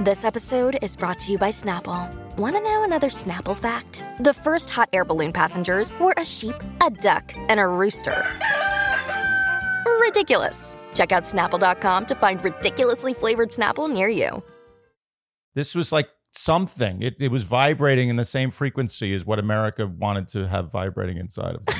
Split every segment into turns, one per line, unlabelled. This episode is brought to you by Snapple. Want to know another Snapple fact? The first hot air balloon passengers were a sheep, a duck, and a rooster. Ridiculous. Check out snapple.com to find ridiculously flavored Snapple near you.
This was like something. It, it was vibrating in the same frequency as what America wanted to have vibrating inside of them.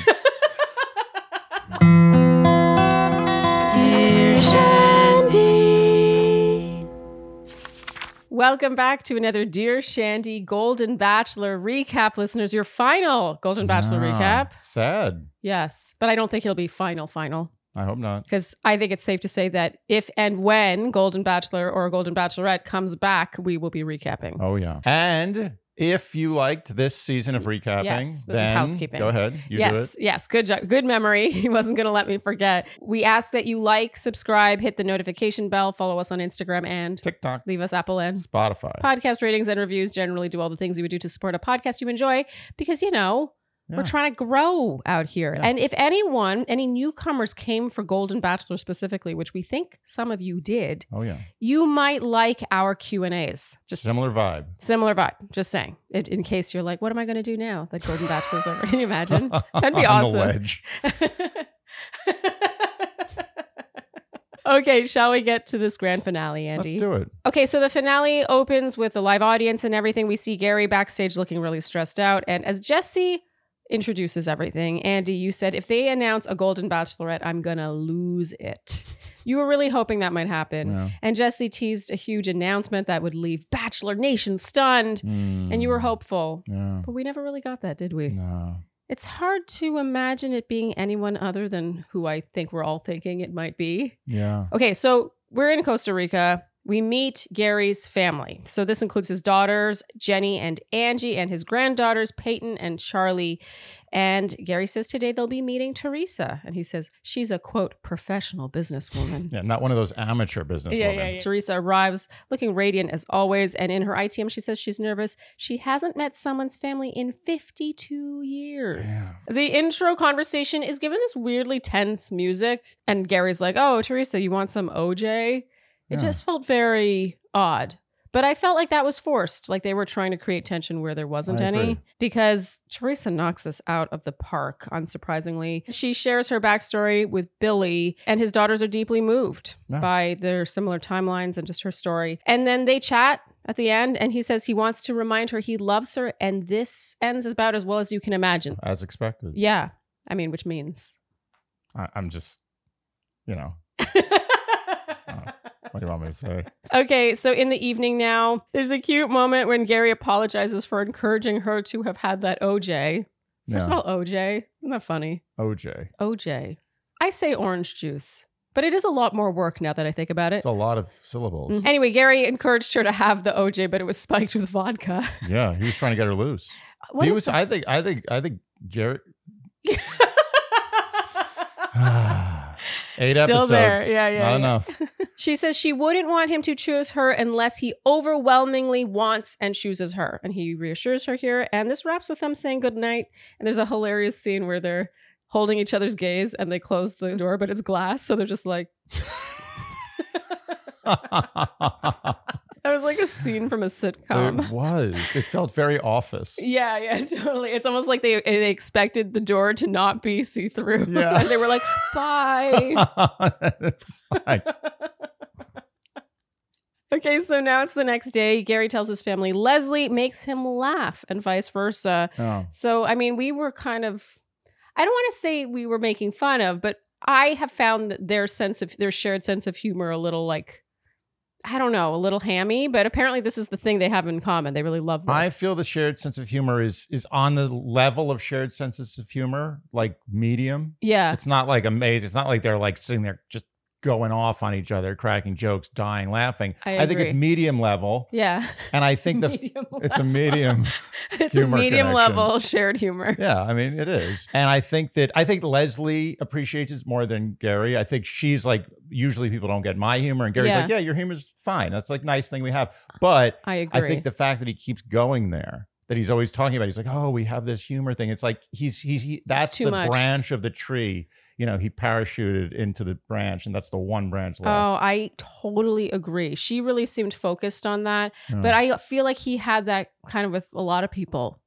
Welcome back to another Dear Shandy Golden Bachelor recap, listeners. Your final Golden Bachelor
Ah,
recap.
Sad.
Yes, but I don't think it'll be final, final,
I hope not.
because I think it's safe to say that if and when Golden Bachelor or Golden Bachelorette comes back, we will be recapping.
Oh yeah. And if you liked this season of recapping,
Yes, this is
then
housekeeping.
Go ahead. You do
yes,
it.
yes, good job, good memory. He wasn't going to let me forget. We ask that you like, subscribe, hit the notification bell, follow us on Instagram, and
TikTok,
leave us Apple and
Spotify.
podcast ratings and reviews generally do all the things you would do to support a podcast you enjoy because you know
Yeah.
we're trying to grow out here
Yeah.
and if anyone any newcomers came for golden bachelor specifically which we think some of you did
oh yeah.
you might like our q and a's just
Similar vibe.
similar vibe just saying it, in case you're like what am i going to do now that golden bachelor's over can you imagine That'd be
On the
awesome.
ledge.
okay shall we get to this grand finale andy
Let's do it.
Okay, so the finale opens with the live audience and everything. We see Gary backstage looking really stressed out. And as Jesse introduces everything, Andy, you said, if they announce a Golden Bachelorette, I'm going to lose it. You were really hoping that might happen.
Yeah.
And Jesse teased a huge announcement that would leave Bachelor Nation stunned. And you were
hoping.
hopeful.
Hmm. Yeah.
But we never really got that, did we?
Mm. No.
It's hard to imagine it being anyone other than who I think we're all thinking it might be.
Yeah.
Okay, so we're in Costa Rica. We meet Gary's family. So this includes his daughters, Jenny and Angie, and his granddaughters, Peyton and Charlie. And Gary says today they'll be meeting Teresa. And he says she's a quote professional businesswoman.
Yeah. Not one of those amateur businesswomen.
Teresa arrives looking radiant as always. And in her ITM, she says she's nervous. She hasn't met someone's family in 52 years. The intro conversation is given this weirdly tense music. And Gary's like, Oh, Teresa, you want some OJ? It
Yeah.
just felt very odd. But I felt like that was forced. Like they were trying to create tension where there wasn't
I
any.
agree.
Because Teresa knocks this out of the park, unsurprisingly. She shares her backstory with Billy, and his daughters are deeply moved
Yeah.
by their similar timelines and just her story. And then they chat at the end, and he says he wants to remind her he loves her, and this ends about as well as you can imagine.
As expected.
Yeah. I mean, which means.
I, I'm just, you know, what do you want me to say?
Okay, so in the evening now, there's a cute moment when Gary apologizes for encouraging her to have had that OJ. First
Yeah.
of all, OJ. Isn't that funny?
OJ.
OJ. I say orange juice, but it is a lot more work now that I think about it.
It's a lot of syllables.
Mhm. Anyway, Gary encouraged her to have the OJ, but it was spiked with vodka.
Yeah. He was trying to get her loose.
Mm-hmm. What
he
is
was.
that?
I think. I think. I think. Jerry. Eight
Still
episodes.
there. Yeah, yeah,
Not
yeah.
enough.
she says she wouldn't want him to choose her unless he overwhelmingly wants and chooses her. And he reassures her here. And this wraps with them saying goodnight. And there's a hilarious scene where they're holding each other's gaze and they close the door, but it's glass. So they're just like, that was like a scene from a sitcom.
it was. It felt very office.
Yeah, yeah, totally. It's almost like they they expected the door to not be see through.
Yeah.
they were like, "Bye."
It's like,
okay, so now it's the next day. Gary tells his family Leslie makes him laugh, and vice versa.
oh,
So, I mean, we were kind of I don't want to say we were making fun of, but I have found that their sense of their shared sense of humor a little like I don't know, a little hammy, but apparently this is the thing they have in common. They really love this.
I feel the shared sense of humor is is on the level of shared senses of humor, like medium.
yeah.
It's not like amazing. It's not like they're like sitting there just going off on each other, cracking jokes, dying laughing.
I
think it's
agree.
medium level,
Yeah.
and I think the
Medium
it's a
level.
medium.
It's a
humor
medium
connection.
level shared humor.
Yeah, I mean it is, and I think that I think Leslie appreciates it more than Gary. I think she's like usually people don't get my humor, and Gary's
Yeah.
like, yeah, your humor's fine. That's like nice thing we have, but
I agree.
I think the fact that he keeps going there, that he's always talking about, he's like, oh, we have this humor thing. It's like he's he's he, that's
too
the
much.
branch of the tree. You know, he parachuted into the branch, and that's the one branch left.
Oh, I totally agree. She really seemed focused on that.
Yeah.
Oh, But I feel like he had that kind of with a lot of people.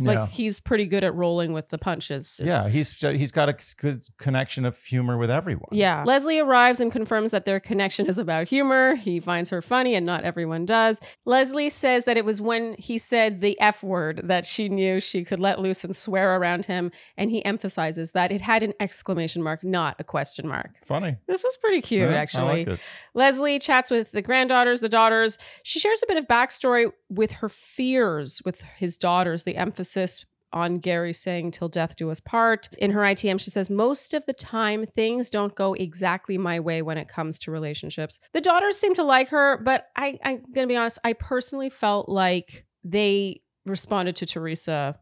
Like
yeah.
he's pretty good at rolling with the punches.
yeah, he's he's got a c- good connection of humor with everyone.
Yeah. Leslie arrives and confirms that their connection is about humor. He finds her funny, and not everyone does. Leslie says that it was when he said the F word that she knew she could let loose and swear around him. And he emphasizes that it had an exclamation mark, not a question mark.
funny,
This was pretty cute,
Yeah, I
actually.
like it.
Leslie chats with the granddaughters, the daughters. She shares a bit of backstory with her fears with his daughters, the emphasis on Gary saying, till death do us part. In her ITM, she says, most of the time, things don't go exactly my way when it comes to relationships. The daughters seem to like her, but I, I'm going to be honest, I personally felt like they responded to Teresa.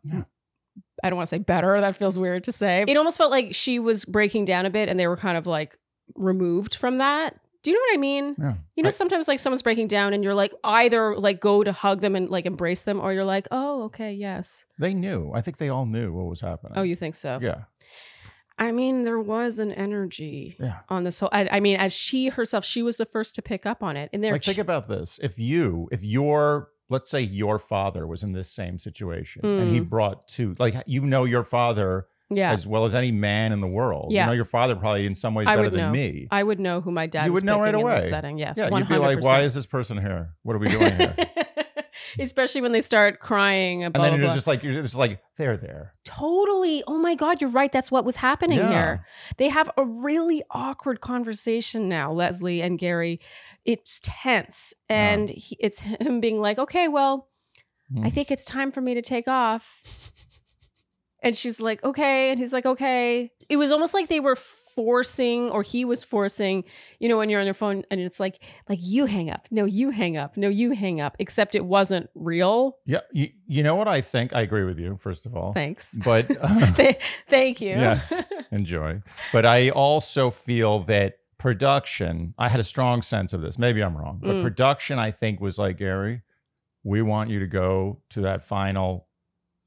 I don't want to say better. That feels weird to say. It almost felt like she was breaking down a bit and they were kind of like removed from that. Do you know what I mean?
Yeah.
You know, sometimes like someone's breaking down and you're like either like go to hug them and like embrace them or you're like, oh, okay, yes.
They knew. I think they all knew what was happening.
Oh, you think so?
yeah,
I mean, there was an energy
yeah.
on this whole. I, I mean, as she herself, she was the first to pick up on it. And they're
Like think about this: if you, if your, let's say your father was in this same situation, and he
Mm.
brought two, like you know your father
yeah.
as well as any man in the world.
Yeah.
You know your father probably in some ways
I
better
would
than
know.
me.
I would know who my dad
You
was
would know right
picking in this
away.
setting. Yes.
yeah,
100%.
you'd be like, "Why is this person here? What are we doing here?"
Especially when they start crying
and
about
then you're just like, you're just like, they're there.
totally. Oh my God, you're right. That's what was happening
Yeah.
here. They have a really awkward conversation now, Leslie and Gary. It's tense.
Yeah.
And he, it's him being like, okay, well, I
Mm.
think it's time for me to take off. And she's like, okay. And he's like, okay. It was almost like they were forcing, or he was forcing, you know, when you're on your phone and it's like, like you hang up. No, you hang up. No, you hang up. Except it wasn't real.
Yeah, you, you know what I think? I agree with you. First of all,
Thanks.
but
Th- Thank you.
Oh. Yes. enjoy. But I also feel that production, I had a strong sense of this. Maybe I'm wrong, but
Mm.
production, I think, was like, Gary, we want you to go to that final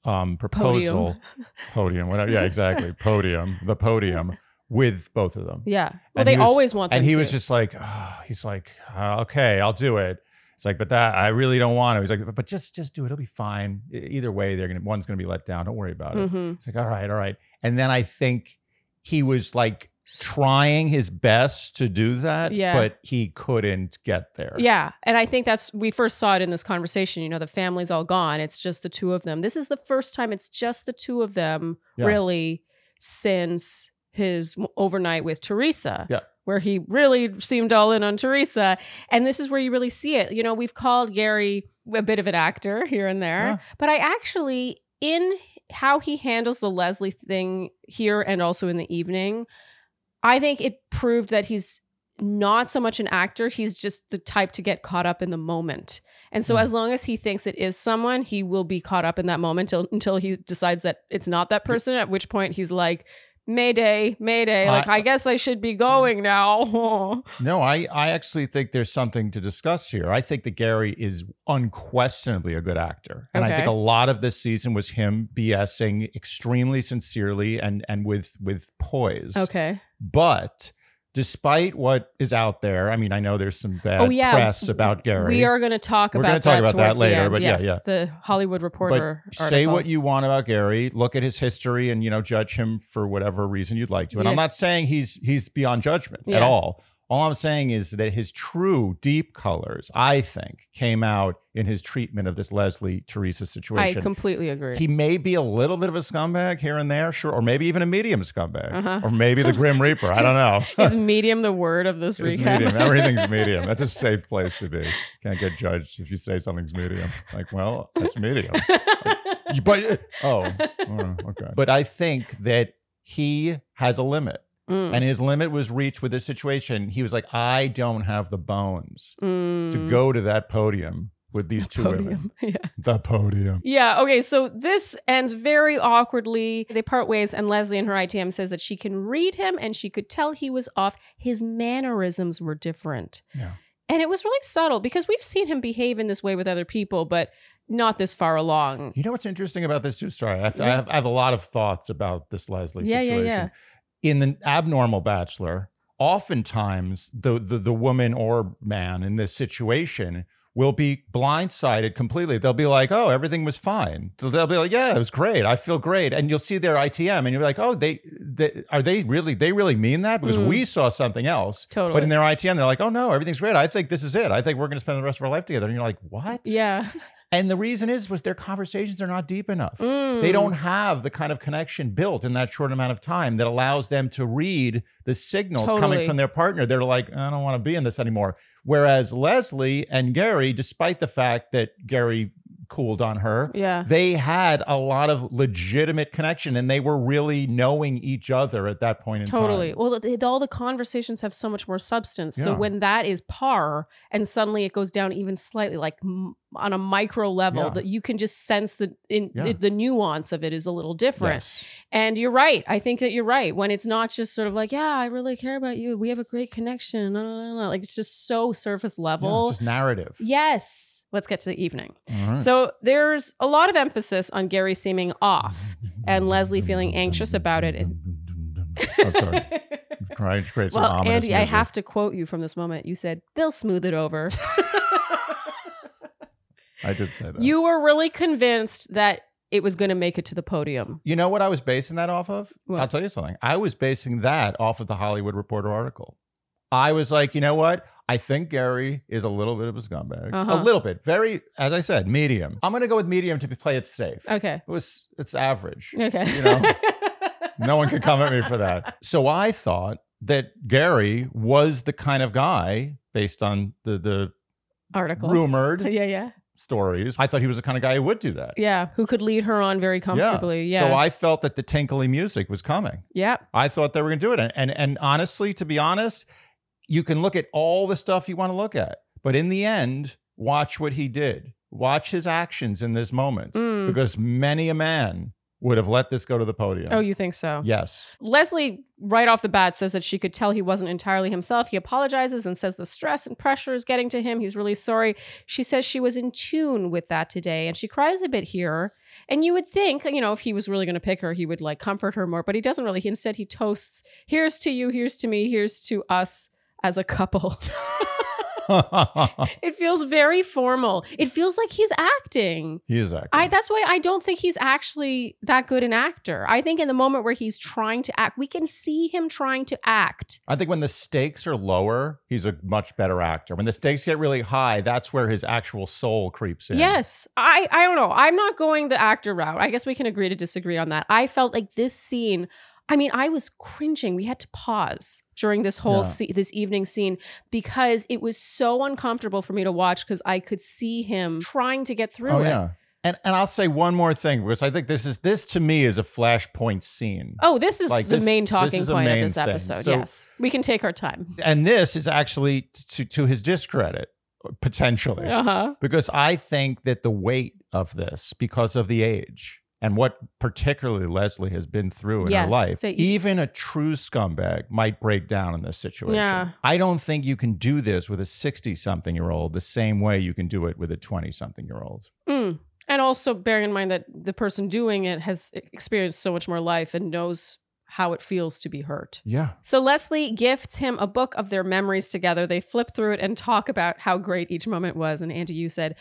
um, proposal podium. whatever. Yeah, exactly. podium, the podium with both of them.
yeah. Well,
And
they
he was-
always want them
And he
to.
was just like, "Ah," he's like, "Ah, okay, I'll do it. It's like, but that I really don't want to. He's like, but- but just just do it. It'll be fine. E- Either way, they're gonna one's gonna be let down. Don't worry about it.
Mhm.
It's like, all right, all right. And then I think he was like trying his best to do that,
Yeah.
but he couldn't get there.
Yeah. And I think that's, we first saw it in this conversation. You know, the family's all gone. It's just the two of them. This is the first time it's just the two of them,
Yeah.
really, since his m- overnight with Teresa.
Yeah.
Where he really seemed all in on Teresa. And this is where you really see it. You know, we've called Gary a bit of an actor here and there,
Yeah.
but I actually, in how he handles the Leslie thing here and also in the evening, I think it proved that he's not so much an actor. He's just the type to get caught up in the moment. And so,
Mhm.
as long as he thinks it is someone, he will be caught up in that moment till, until he decides that it's not that person, at which point he's like, Mayday, Mayday. Like,
I-
I guess I should be going now.
No, I, I actually think there's something to discuss here. I think that Gary is unquestionably a good actor. And I
Okay.
think a lot of this season was him BSing extremely sincerely and and with with poise.
okay.
But despite what is out there, I mean, I know there's some bad
Oh, yeah.
press about Gary.
We are going to talk
We're
about
gonna talk
that
about that
towards
later,
the end.
but yeah,
yes,
yeah.
the Hollywood Reporter.
but say
article.
what you want about Gary. Look at his history, and you know, judge him for whatever reason you'd like to. And
Yeah.
I'm not saying he's he's beyond judgment
Yeah.
at all. All I'm saying is that his true deep colors, I think, came out in his treatment of this Leslie Teresa
I
situation.
completely agree.
he may be a little bit of a scumbag here and there, sure, or maybe even a medium scumbag,
Uh-huh.
or maybe the Grim Reaper. I don't know.
Is medium the word of this
It's
recap?
medium. Everything's medium. That's a safe place to be. Can't get judged if you say something's medium. Like, well, that's medium. You- but oh, all right, okay. But I think that he has a limit.
Mm.
And his limit was reached with this situation. He was like, I don't have the bones to
Mm.
go to that podium with these two women.
Podium. yeah.
The podium.
Yeah. Okay. So this ends very awkwardly. They part ways, and Leslie in her ITM says that she can read him and she could tell he was off. His mannerisms were different.
Yeah.
And it was really subtle because we've seen him behave in this way with other people, but not this far along.
You know what's interesting about this too? Sorry, I, I
Yeah.
have, I have a lot of thoughts about this Leslie
Yeah, yeah,
situation.
yeah.
In the abnormal bachelor, oftentimes the, the the woman or man in this situation will be blindsided completely. They'll be like, "Oh, everything was fine." So they'll be like, "Yeah, it was great. I feel great." And you'll see their ITM, and you'll be like, "Oh, they, they are they really they really mean that?" Because
Mm.
we saw something else.
Totally.
But in their ITM, they're like, "Oh no, everything's great. I think this is it. I think we're going to spend the rest of our life together." And you're like, "What?"
yeah.
And the reason is was their conversations are not deep enough.
Mm.
They don't have the kind of connection built in that short amount of time that allows them to read the signals
Totally.
coming from their partner. They're like, I don't want to be in this anymore. Whereas Leslie and Gary, despite the fact that Gary cooled on her,
Yeah.
they had a lot of legitimate connection and they were really knowing each other at that point in
Totally.
time.
Well, th- all the conversations have so much more substance. So
Yeah.
when that is par, and suddenly it goes down even slightly, like m- on a micro level,
Yeah.
that you can just sense the in
Yeah.
the- the nuance of it is a little different.
Yes.
And you're right. I think that you're right. When it's not just sort of like, yeah, I really care about you. We have a great connection. No, no, no, no. Like it's just so surface
Yeah,
level.
it's just narrative. Mm-hmm.
yes. Let's get to the evening.
All right.
So there's a lot of emphasis on Gary seeming off and Leslie feeling anxious about it. And-
I'm sorry. Crying creates an
well,
ominous
Andy, I
misery.
have to quote you from this moment. You said, they'll smooth it over.
I did say that.
you were really convinced that it was going to make it to the podium.
You know what I was basing that off of?
What?
I'll tell you something. I was basing that off of the Hollywood Reporter article. I was like, you know what? I think Gary is a little bit of a scumbag.
Uh-huh.
A little bit. Very, as I said, medium. I'm going to go with medium to play it safe.
Okay.
It was, it's average.
Okay.
You know? no one could come at me for that. So I thought that Gary was the kind of guy, based on the, the
Article.
rumored
Yeah, yeah.
stories, I thought he was the kind of guy who would do that.
Yeah. Who could lead her on very comfortably. Yeah.
So I felt that the tinkly music was coming.
yeah.
I thought they were going to do it. And, and and honestly, to be honest, you can look at all the stuff you want to look at, but in the end, watch what he did. Watch his actions in this moment,
Mm.
because many a man would have let this go to the podium.
Oh, you think so?
yes,
Leslie, right off the bat, says that she could tell he wasn't entirely himself. He apologizes and says the stress and pressure is getting to him. He's really sorry. She says she was in tune with that today and she cries a bit here. And you would think, you know, if he was really going to pick her, he would like comfort her more, but he doesn't really. Instead, he toasts, here's to you, here's to me, here's to us as a couple. it feels very formal. It feels like he's acting.
he is acting.
I that's why I don't think he's actually that good an actor. I think in the moment where he's trying to act, we can see him trying to act.
I think when the stakes are lower, he's a much better actor. When the stakes get really high, that's where his actual soul creeps in.
Yes. I I don't know. I'm not going the actor route. I guess we can agree to disagree on that. I felt like this scene I mean, I was cringing. We had to pause during this whole
Yeah.
se- this evening scene because it was so uncomfortable for me to watch because I could see him trying to get through
Oh
it.
yeah. And and I'll say one more thing because I think this is this to me is a flashpoint scene.
Oh, this is
Like,
the
this-
main
this
talking
is a
point of
main
this
thing.
episode.
So-
yes. We can take our time.
and this is actually t- to to his discredit potentially
Uh-huh.
because i think that the weight of this because of the age and what particularly leslie has been through in
Yes, e
her life
so you-
even a true scumbag might break down in this situation
Yeah.
i don't think you can do this with a 60 something year old the same way you can do it with a 20 something year old
Mm. And also bearing in mind that the person doing it has e-, experienced so much more life and knows how it feels to be hurt.
yeah
So Leslie gifts him a book of their memories together. They flip through it and talk about how great each moment was. And Andy, you said,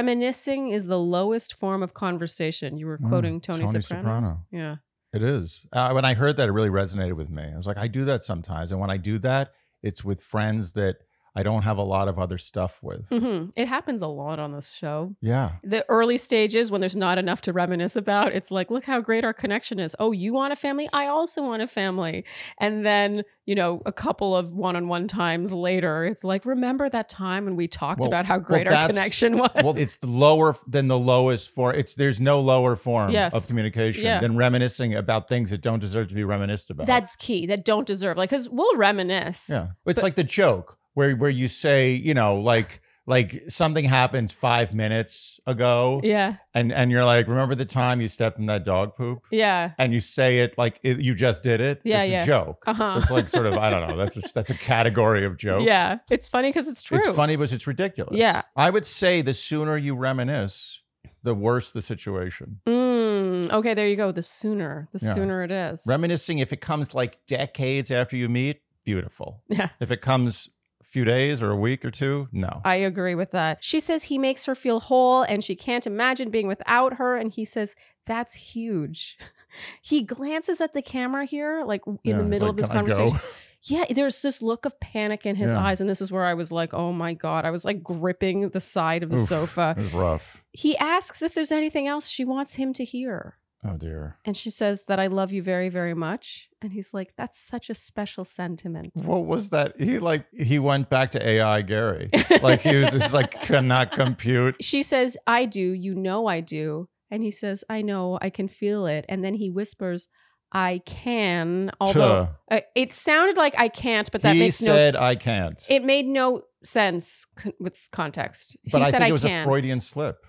reminiscing is the lowest form of conversation. You were quoting Mm. Tony, Soprano. Yeah.
It is. Uh, when I heard that, it really resonated with me. I was like, I do that sometimes. And when I do that, it's with friends that I don't have a lot of other stuff with.
hmm It happens a lot on this show.
Yeah.
The early stages when there's not enough to reminisce about, it's like, look how great our connection is. Oh, you want a family? I also want a family. And then, you know, a couple of one on one times later, it's like, remember that time when we talked
Well-
about how
well,
great our
that's-
connection was?
Well, it's the lower than the lowest form. It's there's no lower form
Yes.
of communication
Yeah.
than reminiscing about things that don't deserve to be reminisced about.
That's key that don't deserve, like, because we'll reminisce.
Yeah. It's like the joke where where you say, you know, like like something happens five minutes ago,
Yeah.
and and you're like, remember the time you stepped in that dog poop,
Yeah.
and you say it like it, you just did it.
Yeah,
it's
yeah.
a joke.
Uh huh.
It's like sort of I don't know. That's a, that's a category of joke.
Yeah. It's funny because it's true.
It's funny, but it's ridiculous.
Yeah.
I would say the sooner you reminisce, the worse the situation.
Mm, okay, there you go. The sooner, the
Yeah.
sooner it is.
Reminiscing, if it comes like decades after you meet, beautiful.
yeah.
If it comes a few days or a week or two, no.
I agree with that. She says he makes her feel whole and she can't imagine being without her. And he says, that's huge. He glances at the camera here, like in
Yeah,
the
it's
middle
like,
of this
"Can I go?"
conversation. Yeah, there's this look of panic in his
Yeah.
eyes. And this is where I was like, oh my God. I was like gripping the side of the
Oof,
sofa.
It was rough.
He asks if there's anything else she wants him to hear.
Oh dear.
And she says that I love you very, very much. And he's like, that's such a special sentiment.
What was that? He like he went back to AI Gary. Like he was just like cannot compute.
she says, I do. You know, I do. And he says, I know. I can feel it. And then he whispers, I can. Although
Tuh.
uh, it sounded like I can't, but that
he
makes
said
no
I can't.
It made no sense con- with context.
but
he
I
said,
think
I
it was
can.
a Freudian slip.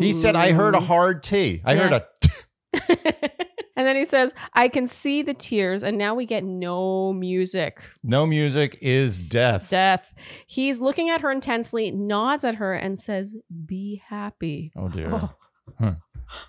He said I heard a
Ooh.
hard T. I heard
Yeah.
a
and then he says, I can see the tears. And now we get no music.
no music is death.
Death. He's looking at her intensely, nods at her, and says, Be happy.
Oh dear.
Oh.
Huh.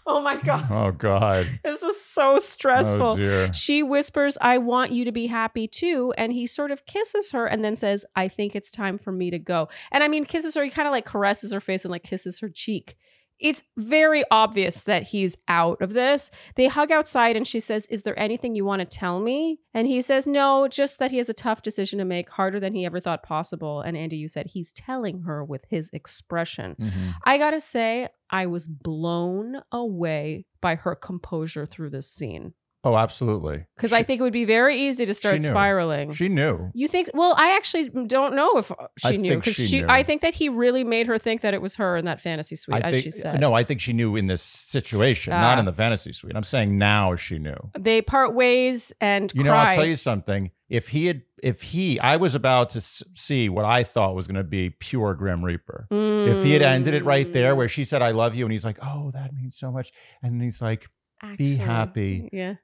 Oh my God.
Oh God.
This was so stressful.
Oh dear.
She whispers, I want you to be happy too. And he sort of kisses her and then says, I think it's time for me to go. And I mean, kisses her, he kind of like caresses her face and like kisses her cheek. It's very obvious that he's out of this. They hug outside and she says, Is there anything you want to tell me? And he says, No, just that he has a tough decision to make, harder than he ever thought possible. And Andy, you said he's telling her with his expression.
Mhm.
I gotta say, I was blown away by her composure through this scene.
Oh, absolutely.
Because
She-
I think it would be very easy to start
knew.
spiraling.
she knew.
you think? Well, I actually don't know if she
I
knew
think
because
she
she.
knew.
I think that he really made her think that it was her in that fantasy suite,
I
as
think, uh,
she said.
No, I think she knew in this situation,
Ah.
not in the fantasy suite. I'm saying now she knew.
they part ways and
You know,
cry.
I'll tell you something. If he had, if he, I was about to s- see what I thought was going to be pure Grim Reaper. If he had ended it right there,
Mm.
where she said, "I love you," and he's like, "Oh, that means so much," and he's like,
Mm,
"Be
actually.
happy.
Yeah.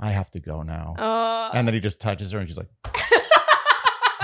I have to go now,"
Uh,
and then he just touches her, and she's like,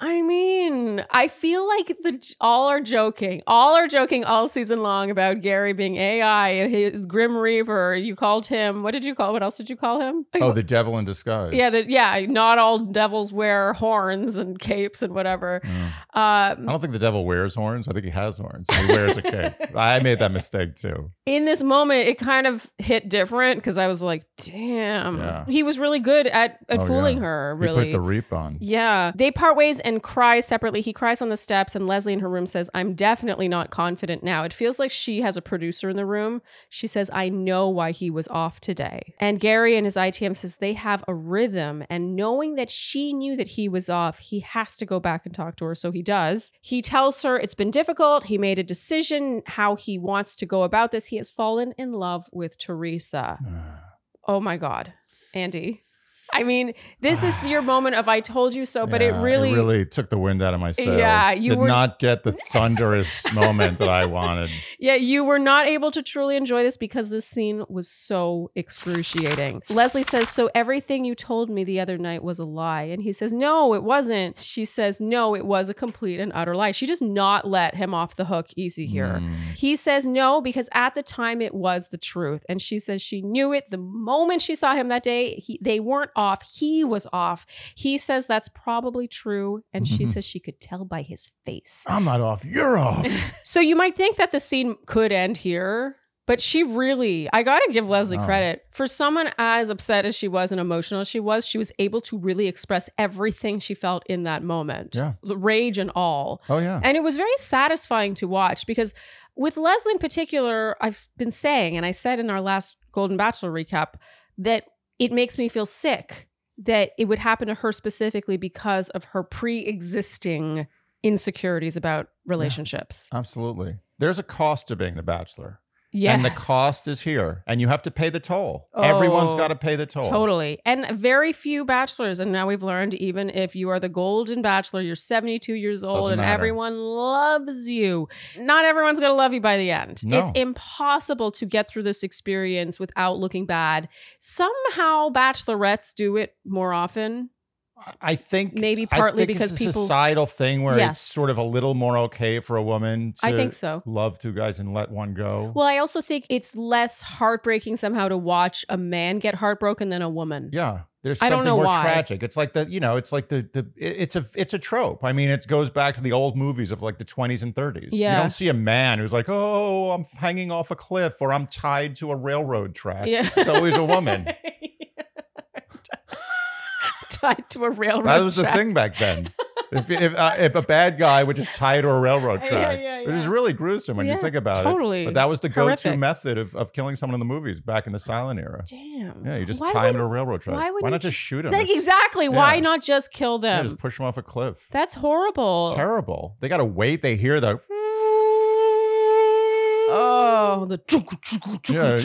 I mean, I feel like the all are joking. All are joking all season long about Gary being AI, his Grim Reaper. You called him. What did you call? What else did you call him?
"Oh, the devil in disguise."
yeah, that yeah. Not all devils wear horns and capes and whatever.
Mm. I
Um,
don't think the devil wears horns. I think he has horns. He wears a cape. I made that mistake too.
in this moment, it kind of hit different because I was like, "Damn,
Yeah.
he was really good at at
Oh,
fooling
yeah.
her."
He
Really,
put the reap on.
Yeah. They part ways and cry separately. He cries on the steps, and Leslie in her room says, I'm definitely not confident now. It feels like she has a producer in the room. She says, I know why he was off today. And Gary and his ITM says they have a rhythm, and knowing that she knew that he was off, he has to go back and talk to her. So he does. He tells her it's been difficult. He made a decision how he wants to go about this. He has fallen in love with Teresa. Oh my God, Andy. I mean, this is your moment of I told you so, but
Yeah,
it really,
really took the wind out of my sails.
Yeah, you
did
were-
not get the thunderous moment that I wanted.
yeah, you were not able to truly enjoy this because this scene was so excruciating. Leslie says, So everything you told me the other night was a lie. And he says, No, it wasn't. She says, No, it was a complete and utter lie. She does not let him off the hook easy here.
Mm.
He says no because at the time it was the truth. And she says she knew it the moment she saw him that day. He, they weren't off. He was off. He says that's probably true. And she says she could tell by his face.
I'm not off. You're off.
So you might think that the scene could end here. But she really, I gotta give Leslie
Wow.
credit. For someone as upset as she was and emotional as she was, she was able to really express everything she felt in that moment.
Yeah.
The Rage and all.
Oh yeah.
And it was very satisfying to watch because with Leslie in particular, I've been saying, and I said in our last Golden Bachelor recap, that it makes me feel sick that it would happen to her specifically because of her pre existing insecurities about relationships.
Absolutely. There's a cost to being the bachelor.
Yes.
And the cost is here. And you have to pay the toll. Everyone's
Oh,
got to pay the toll.
Totally. And very few bachelors. And now we've learned even if you are the golden bachelor, you're 72 years old
Doesn't
and
matter.
everyone loves you. Not everyone's going to love you by the end.
No.
It's impossible to get through this experience without looking bad. Somehow, bachelorettes do it more often.
I think
Maybe
I
partly
think
because
it's a
people-
societal thing where
Yes.
it's sort of a little more okay for a woman to
I think so.
love two guys and let one go.
Well, I also think it's less heartbreaking somehow to watch a man get heartbroken than a woman.
yeah. There's
I
something
don't know
more
why.
tragic. It's like the, you know, it's like the, the it- it's a it's a trope. I mean, it goes back to the old movies of like the 20s and 30s. You
Yeah.
don't see a man who's like, "Oh, I'm hanging off a cliff or I'm tied to a railroad track."
Yeah.
It's always a woman.
Tied to a railroad.
That was the
track.
thing back then. If if, uh, if a bad guy would just tie to a railroad
Yeah,
track,
yeah,
which is
yeah.
really gruesome when
Yeah,
you think about
totally.
it. But that was the go-to
Horrific.
method of, of killing someone in the movies back in the silent era.
Damn.
Yeah, you just
Why
tie
would-
him to a railroad track.
why would you
not just shoot him?
That- exactly. Why
Yeah.
not just kill
Yeah,
them?
just push him off a cliff.
That's horrible.
Terrible. They got to wait. They hear the
Oh, the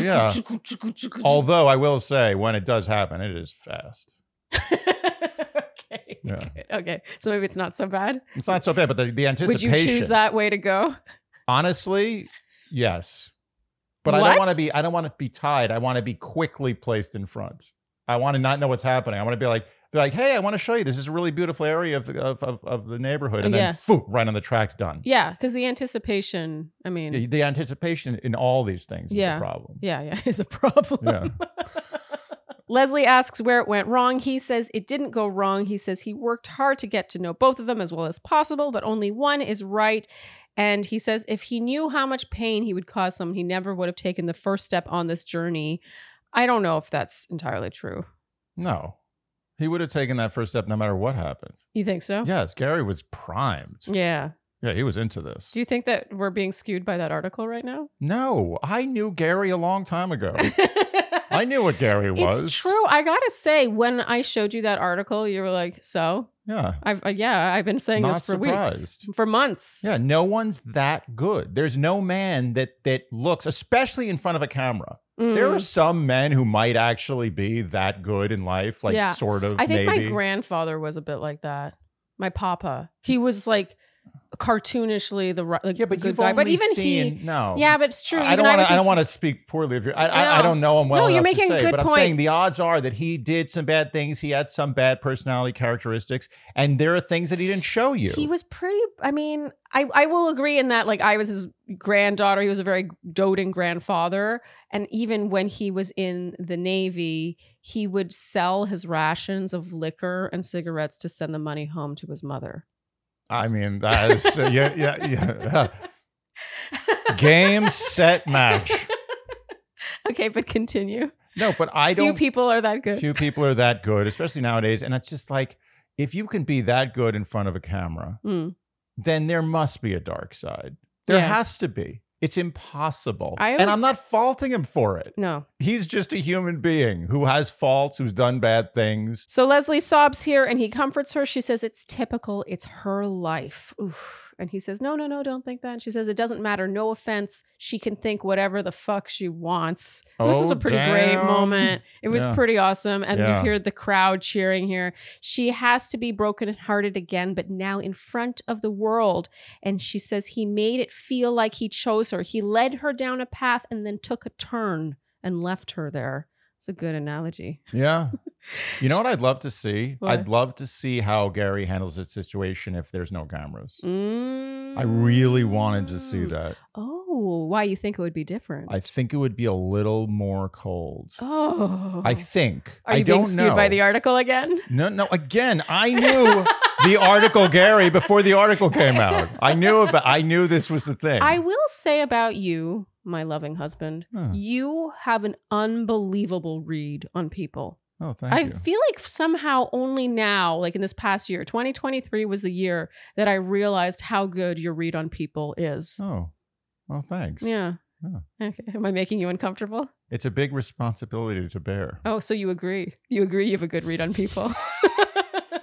yeah, yeah. Although I will say, when it does happen, it is fast.
okay.
Yeah.
good. Okay. So maybe it's not so bad.
It's not so bad, but the, the
Would
anticipation.
you choose that way to go?
Honestly, yes. But I
What?
don't want to be I don't want to be tied. I want to be quickly placed in front. I want to not know what's happening. I want to be like be like, "Hey, I want to show you. This is a really beautiful area of the, of, of, of the neighborhood." And
Yeah.
then phew, right on the track's done.
Yeah, because the anticipation. I mean,
The, the anticipation in all these things is
Yeah.
the problem.
yeah, yeah, is a problem.
Yeah.
Leslie asks where it went wrong. He says it didn't go wrong. He says he worked hard to get to know both of them as well as possible, but only one is right. And he says if he knew how much pain he would cause someone, he never would have taken the first step on this journey. I don't know if that's entirely true.
No. He would have taken that first step no matter what happened.
You think so?
Yes, Gary was primed.
Oh. Yeah.
Yeah, he was into this.
Do you think that we're being skewed by that article right now?
no, I knew Gary a long time ago. I knew what Gary was.
It's true. I gotta say, when I showed you that article, you were like, "So,
Yeah.
I've uh, yeah, I've been saying
Not
this for
surprised.
weeks, for months."
Yeah, no one's that good. There's no man that that looks, especially in front of a camera.
Mm.
There are some men who might actually be that good in life, like
Yeah.
sort of.
I think
maybe.
my grandfather was a bit like that. My papa, he was like cartoonishly the ri- like
yeah, but
good
you've
guy.
only
But even
seen
he,
no.
yeah, but it's true.
I
even
don't want
was
to. I don't
just-
want to speak poorly of you. I, I, I
No.
don't know him well.
No, you're
enough to
making a
say,
good
but
point.
I'm saying the odds are that he did some bad things. He had some bad personality characteristics, and there are things that he didn't show you.
He was pretty. I mean, I I will agree in that. Like I was his granddaughter. He was a very doting grandfather, and even when he was in the navy, he would sell his rations of liquor and cigarettes to send the money home to his mother.
I mean, that is yeah, yeah, yeah. Game set match.
Okay, but continue.
No, but I
Few
don't.
people are that good.
Few people are that good, especially nowadays. And it's just like, if you can be that good in front of a camera,
Mm.
then there must be a dark side. There
Yeah.
has to be. It's impossible.
I would-
and I'm not faulting him for it.
No.
He's just a human being who has faults, who's done bad things.
So Leslie sobs here and he comforts her. She says, It's typical. It's her life. Oof. And he says, No, no, no, don't think that. And she says, It doesn't matter. No offense. She can think whatever the fuck she wants. this was
Oh,
a pretty great
damn.
moment. It was
Yeah.
pretty awesome. And
Yeah.
you hear the crowd cheering here. She has to be brokenhearted again, but now in front of the world. And she says, He made it feel like he chose her. He led her down a path and then took a turn and left her there. It's a good analogy.
Yeah. You know what I'd love to see?
What?
I'd love to see how Gary handles this situation if there's no cameras.
Mm.
I really wanted to see that.
Oh, why you think it would be different?
I think it would be a little more cold.
Oh,
I think.
Are you
I
being
don't
skewed
know.
by the article again?
No, no. Again, I knew the article Gary before the article came out. I knew about. I knew this was the thing.
I will say about you my loving husband,
Huh.
you have an unbelievable read on people.
Oh, thank
I
you.
feel like somehow only now, like in this past year, 2023 was the year that I realized how good your read on people is.
oh, well, thanks.
Yeah.
Yeah.
Okay. Am I making you uncomfortable?
It's a big responsibility to bear.
Oh, so you agree. You agree you have a good read on people.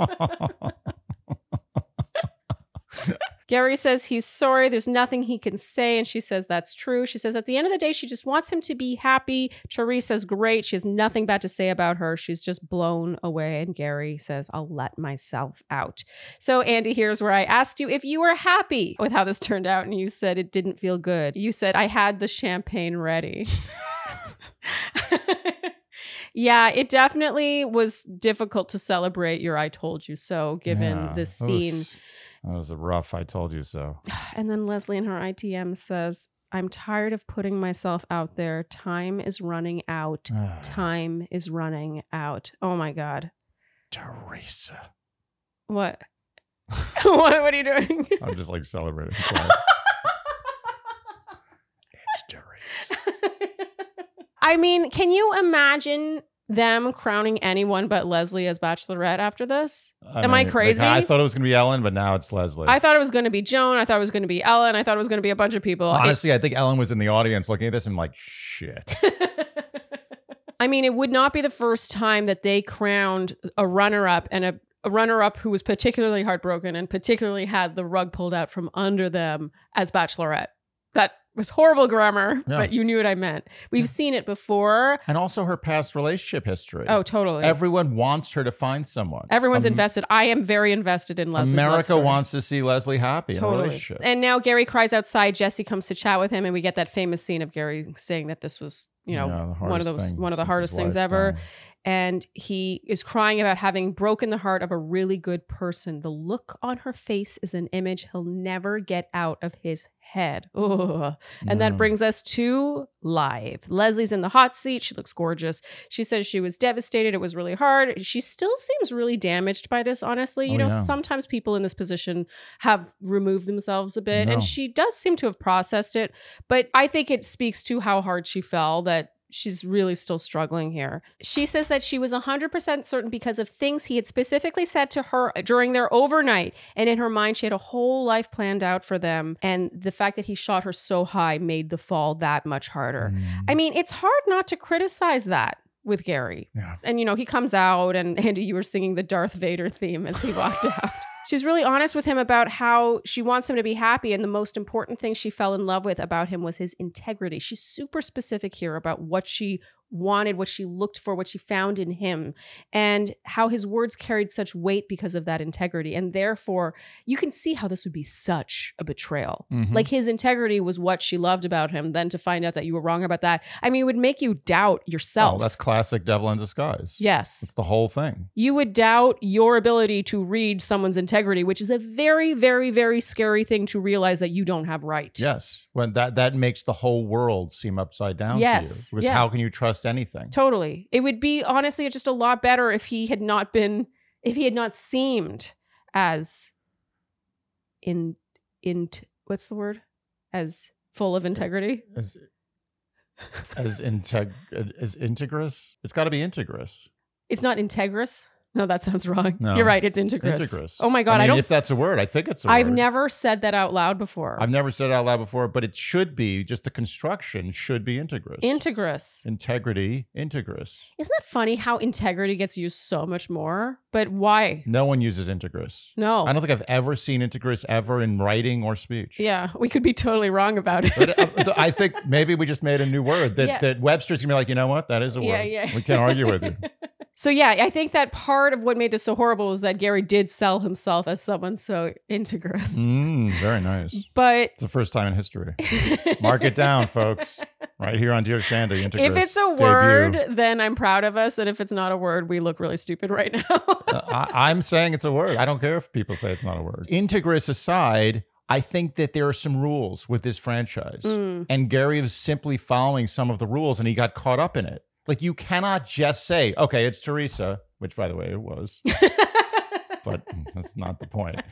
Oh. Gary says he's sorry. There's nothing he can say. And she says that's true. She says at the end of the day, she just wants him to be happy. Teresa's great. She has nothing bad to say about her. She's just blown away. And Gary says, I'll let myself out. So, Andy, here's where I asked you if you were happy with how this turned out. And you said it didn't feel good. You said, I had the champagne ready. Yeah, it definitely was difficult to celebrate your I told you so given
Yeah,
this
that
scene.
was- that was a rough. I told you so.
And then Leslie in her ITM says, I'm tired of putting myself out there. Time is running out.
Ah,
Time is running out. Oh my God.
Teresa.
What? what, what are you doing?
I'm just like celebrating. I'm sorry. it's Teresa.
I mean, can you imagine them crowning anyone but Leslie as Bachelorette after this? Am I
mean, like,
crazy?
I thought it was going to be Ellen, but now it's Leslie.
I thought it was going to be Joan. I thought it was going to be Ellen. I thought it was going to be a bunch of people. It-
Honestly, I think Ellen was in the audience looking at this and like, shit.
I mean, it would not be the first time that they crowned a runner up and a, a runner up who was particularly heartbroken and particularly had the rug pulled out from under them as Bachelorette. That was horrible grammar,
Yeah.
but you knew what I meant. We've seen it before.
and also her past relationship history.
Oh, totally.
Everyone wants her to find someone.
Everyone's
Am-
invested. I am very invested in Leslie's love
America
story.
wants to see Leslie happy in a
Totally.
relationship.
And now Gary cries outside. Jesse comes to chat with him, and we get that famous scene of Gary saying that this was, you know,
Yeah, the
one of
hardest
those
thing
one of the
since his
hardest things
wife
ever.
died.
and he is crying about having broken the heart of a really good person. The look on her face is an image he'll never get out of his head. Ugh. And that
Yeah.
brings us to live. Leslie's in the hot seat. She looks gorgeous. She says she was devastated. It was really hard. She still seems really damaged by this, honestly. You
Oh,
know,
yeah.
sometimes people in this position have removed themselves a bit,
No.
and she does seem to have processed it. But I think it speaks to how hard she fell that she's really still struggling here. She says that she was 100% certain because of things he had specifically said to her during their overnight. And in her mind, she had a whole life planned out for them. And the fact that he shot her so high made the fall that much harder.
Mm.
I mean, it's hard not to criticize that with Gary.
Yeah.
And, you know, he comes out, and Andy, you were singing the Darth Vader theme as he walked out. She's really honest with him about how she wants him to be happy. And the most important thing she fell in love with about him was his integrity. She's super specific here about what she wanted, what she looked for, what she found in him, and how his words carried such weight because of that integrity. And therefore, you can see how this would be such a betrayal.
Mhm.
Like his integrity was what she loved about him. Then to find out that you were wrong about that, I mean, it would make you doubt yourself.
Oh, that's classic devil in disguise.
yes.
It's the whole thing.
You would doubt your ability to read someone's integrity, which is a very, very, very scary thing to realize that you don't have right.
Yes. When that that makes the whole world seem upside down
Yes.
to you. Because
Yeah.
how can you trust anything?
Totally. It would be honestly just a lot better if he had not been, if he had not seemed as in, in, what's the word? As full of integrity.
as as integ as integrous? It's gotta be integrous.
It's not integrous. No, that sounds wrong.
No.
You're right. It's integrous.
Integrous.
Oh my God. I,
mean,
don't,
if that's a word, I think it's a
I've
word.
never said that out loud before.
I've never said it out loud before, but it should be just the construction should be integrous.
integrous.
Integrity, integrous.
Isn't that funny how integrity gets used so much more? But why?
No one uses integrous.
No.
I don't think I've ever seen integris ever in writing or speech.
yeah, we could be totally wrong about it.
But uh, I think maybe we just made a new word that,
Yeah.
that Webster's gonna be like, you know what? That is a word.
Yeah, yeah.
We can't argue with you.
so yeah, I think that part of what made this so horrible is that Gary did sell himself as someone so integrous.
Mm, very nice. It's
But
the first time in history. Mark it down, folks. Right here on Dear Shandy. Integris
if it's a
debut.
word, then I'm proud of us. And if it's not a word, we look really stupid right now.
Uh, I, I'm saying it's a word. I don't care if people say it's not a word. Integris aside, I think that there are some rules with this franchise.
Mm.
And Gary was simply following some of the rules and he got caught up in it. Like you cannot just say, okay, it's Teresa, which by mm, the way it was, but that's not the point.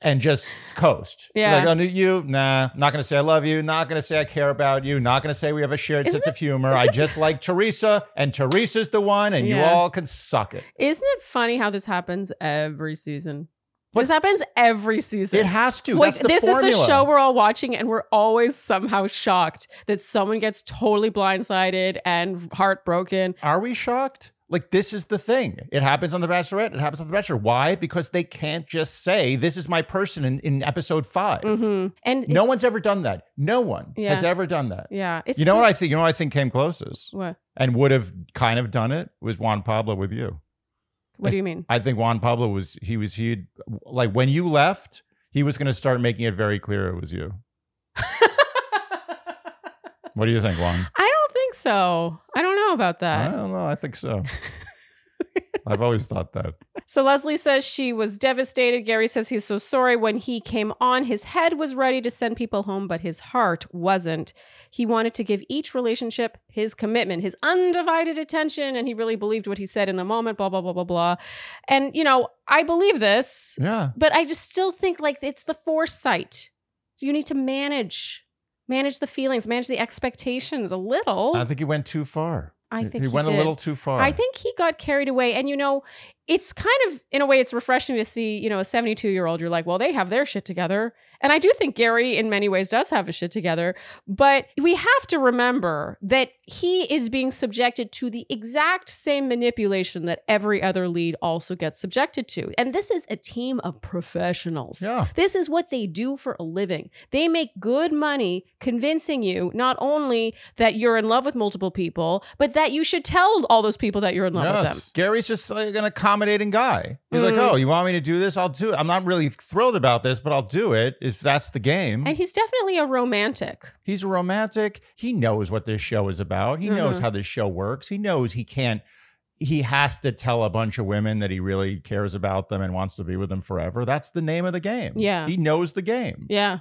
and just coast.
Yeah.
Like, oh, no, you, nah, not going to say I love you, not going to say I care about you, not going to say we have a shared
Isn't
sense of humor. I just like Teresa, and Teresa's the one, and you
Yeah.
all can suck it.
Isn't it funny how this happens every season? this happens every season.
It has to.
Like,
That's the
this is the
formula.
show we're all watching, and we're always somehow shocked that someone gets totally blindsided and heartbroken.
Are we shocked? Like this is the thing. It happens on The Bachelorette. It happens on The Bachelor. Why? Because they can't just say this is my person in, in episode 5
Mhm. And
No one's ever done that. No one
Yeah.
has ever done that.
yeah, it's
you know
so-
what I think? You know what I think came closest
What?
and would have kind of done it was Juan Pablo with you.
What do you mean?
I think Juan Pablo was he was he like when you left, he was going to start making it very clear it was you. What do you think, Juan?
I don't think so. I don't know about
I
that.
don't know. I think so. I've always thought that.
So Leslie says she was devastated. Gary says he's so sorry. When he came on, his head was ready to send people home, but his heart wasn't. He wanted to give each relationship his commitment, his undivided attention, and he really believed what he said in the moment, blah, blah, blah, blah, blah. And, you know, I believe this,
Yeah.
but I just still think like it's the foresight. You need to manage. Manage the feelings, manage the expectations a little.
I think he went too far.
Oh. I think
Uh, he
he
went a
did.
little too far.
I think he got carried away. And you know, it's kind of in a way it's refreshing to see, you know, a 72 year old, you're like, well, they have their shit together. And I do think Gary in many ways does have his shit together. But we have to remember that he is being subjected to the exact same manipulation that every other lead also gets subjected to. And this is a team of professionals.
Yeah.
This is what they do for a living. They make good money convincing you not only that you're in love with multiple people, but that you should tell all those people that you're in love with them.
Gary's just like an accommodating guy. He's like,
Mm.
oh, you want me to do this? I'll do it. I'm not really thrilled about this, but I'll do it if that's the game.
And he's definitely a romantic.
He's a romantic. He knows what this show is about. He knows
Mhm.
how this show works. He knows he can't, he has to tell a bunch of women that he really cares about them and wants to be with them forever. That's the name of the game.
Yeah.
He knows the game.
Yeah.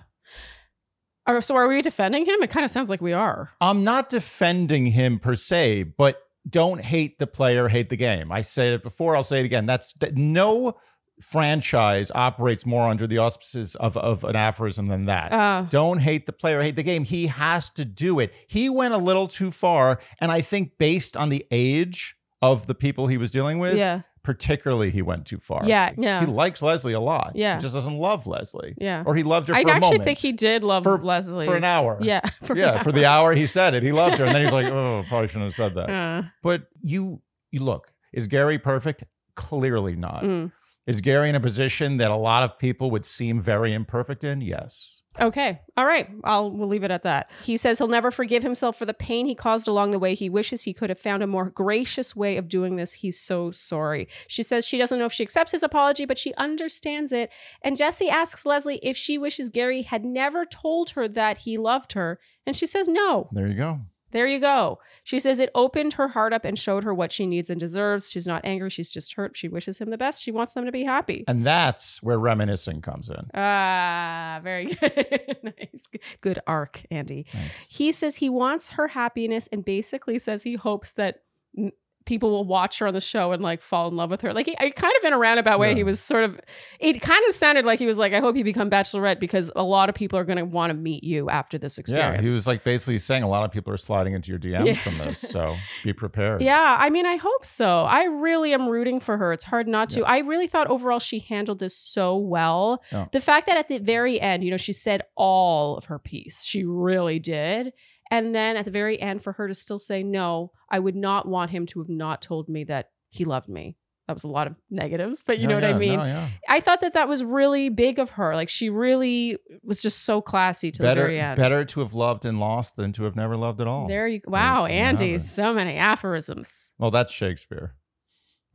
Are, so are we defending him? It kind of sounds like we are.
I'm not defending him per se, but don't hate the player, hate the game. I said it before, I'll say it again. That's that no franchise operates more under the auspices of, of an aphorism than that.
Uh,
don't hate the player, hate the game. He has to do it. He went a little too far. And I think based on the age of the people he was dealing with,
yeah.
particularly he went too far.
Yeah. Yeah.
He likes Leslie a lot.
Yeah.
He just doesn't love Leslie.
Yeah.
Or he loved her
I
for a
actually
moment.
think he did love
for,
Leslie.
for an hour
Yeah. For an
yeah,
hour.
for the hour he said it, he loved her, and then he's like, "Oh, probably shouldn't have said that."
Uh,
But you, you look, is Gary perfect? Clearly not.
mm.
Is Gary in a position that a lot of people would seem very imperfect in? Yes.
Okay. All right. I'll we'll leave it at that. He says he'll never forgive himself for the pain he caused along the way. He wishes he could have found a more gracious way of doing this. He's so sorry. She says she doesn't know if she accepts his apology, but she understands it. And Jesse asks Leslie if she wishes Gary had never told her that he loved her, and she says no.
There you go.
There you go. She says it opened her heart up and showed her what she needs and deserves. She's not angry, she's just hurt. She wishes him the best. She wants them to be happy.
And that's where reminiscing comes in.
Ah, very good. nice. Good arc, Andy.
Thanks.
He says he wants her happiness and basically says he hopes that n- people will watch her on the show and like fall in love with her. Like, he, I kind of in a roundabout way,
Yeah.
he was sort of, it kind of sounded like he was like, I hope you become Bachelorette because a lot of people are going to want to meet you after this experience.
Yeah, he was like basically saying a lot of people are sliding into your DMs
Yeah.
from this, so be prepared.
Yeah, I mean, I hope so. I really am rooting for her. It's hard not to. I really thought overall she handled this so well.
Yeah.
The fact that at the very end, you know, she said all of her piece, she really did. And then at the very end, for her to still say, no, I would not want him to have not told me that he loved me. That was a lot of negatives, but you
No,
know what
yeah,
I mean?
no, yeah.
I thought that that was really big of her. Like she really was just so classy to the
Better,
very end.
better to have loved and lost than to have never loved at all.
There you go.
There
Wow,
you have
Andy,
it.
so many aphorisms.
Well, that's Shakespeare.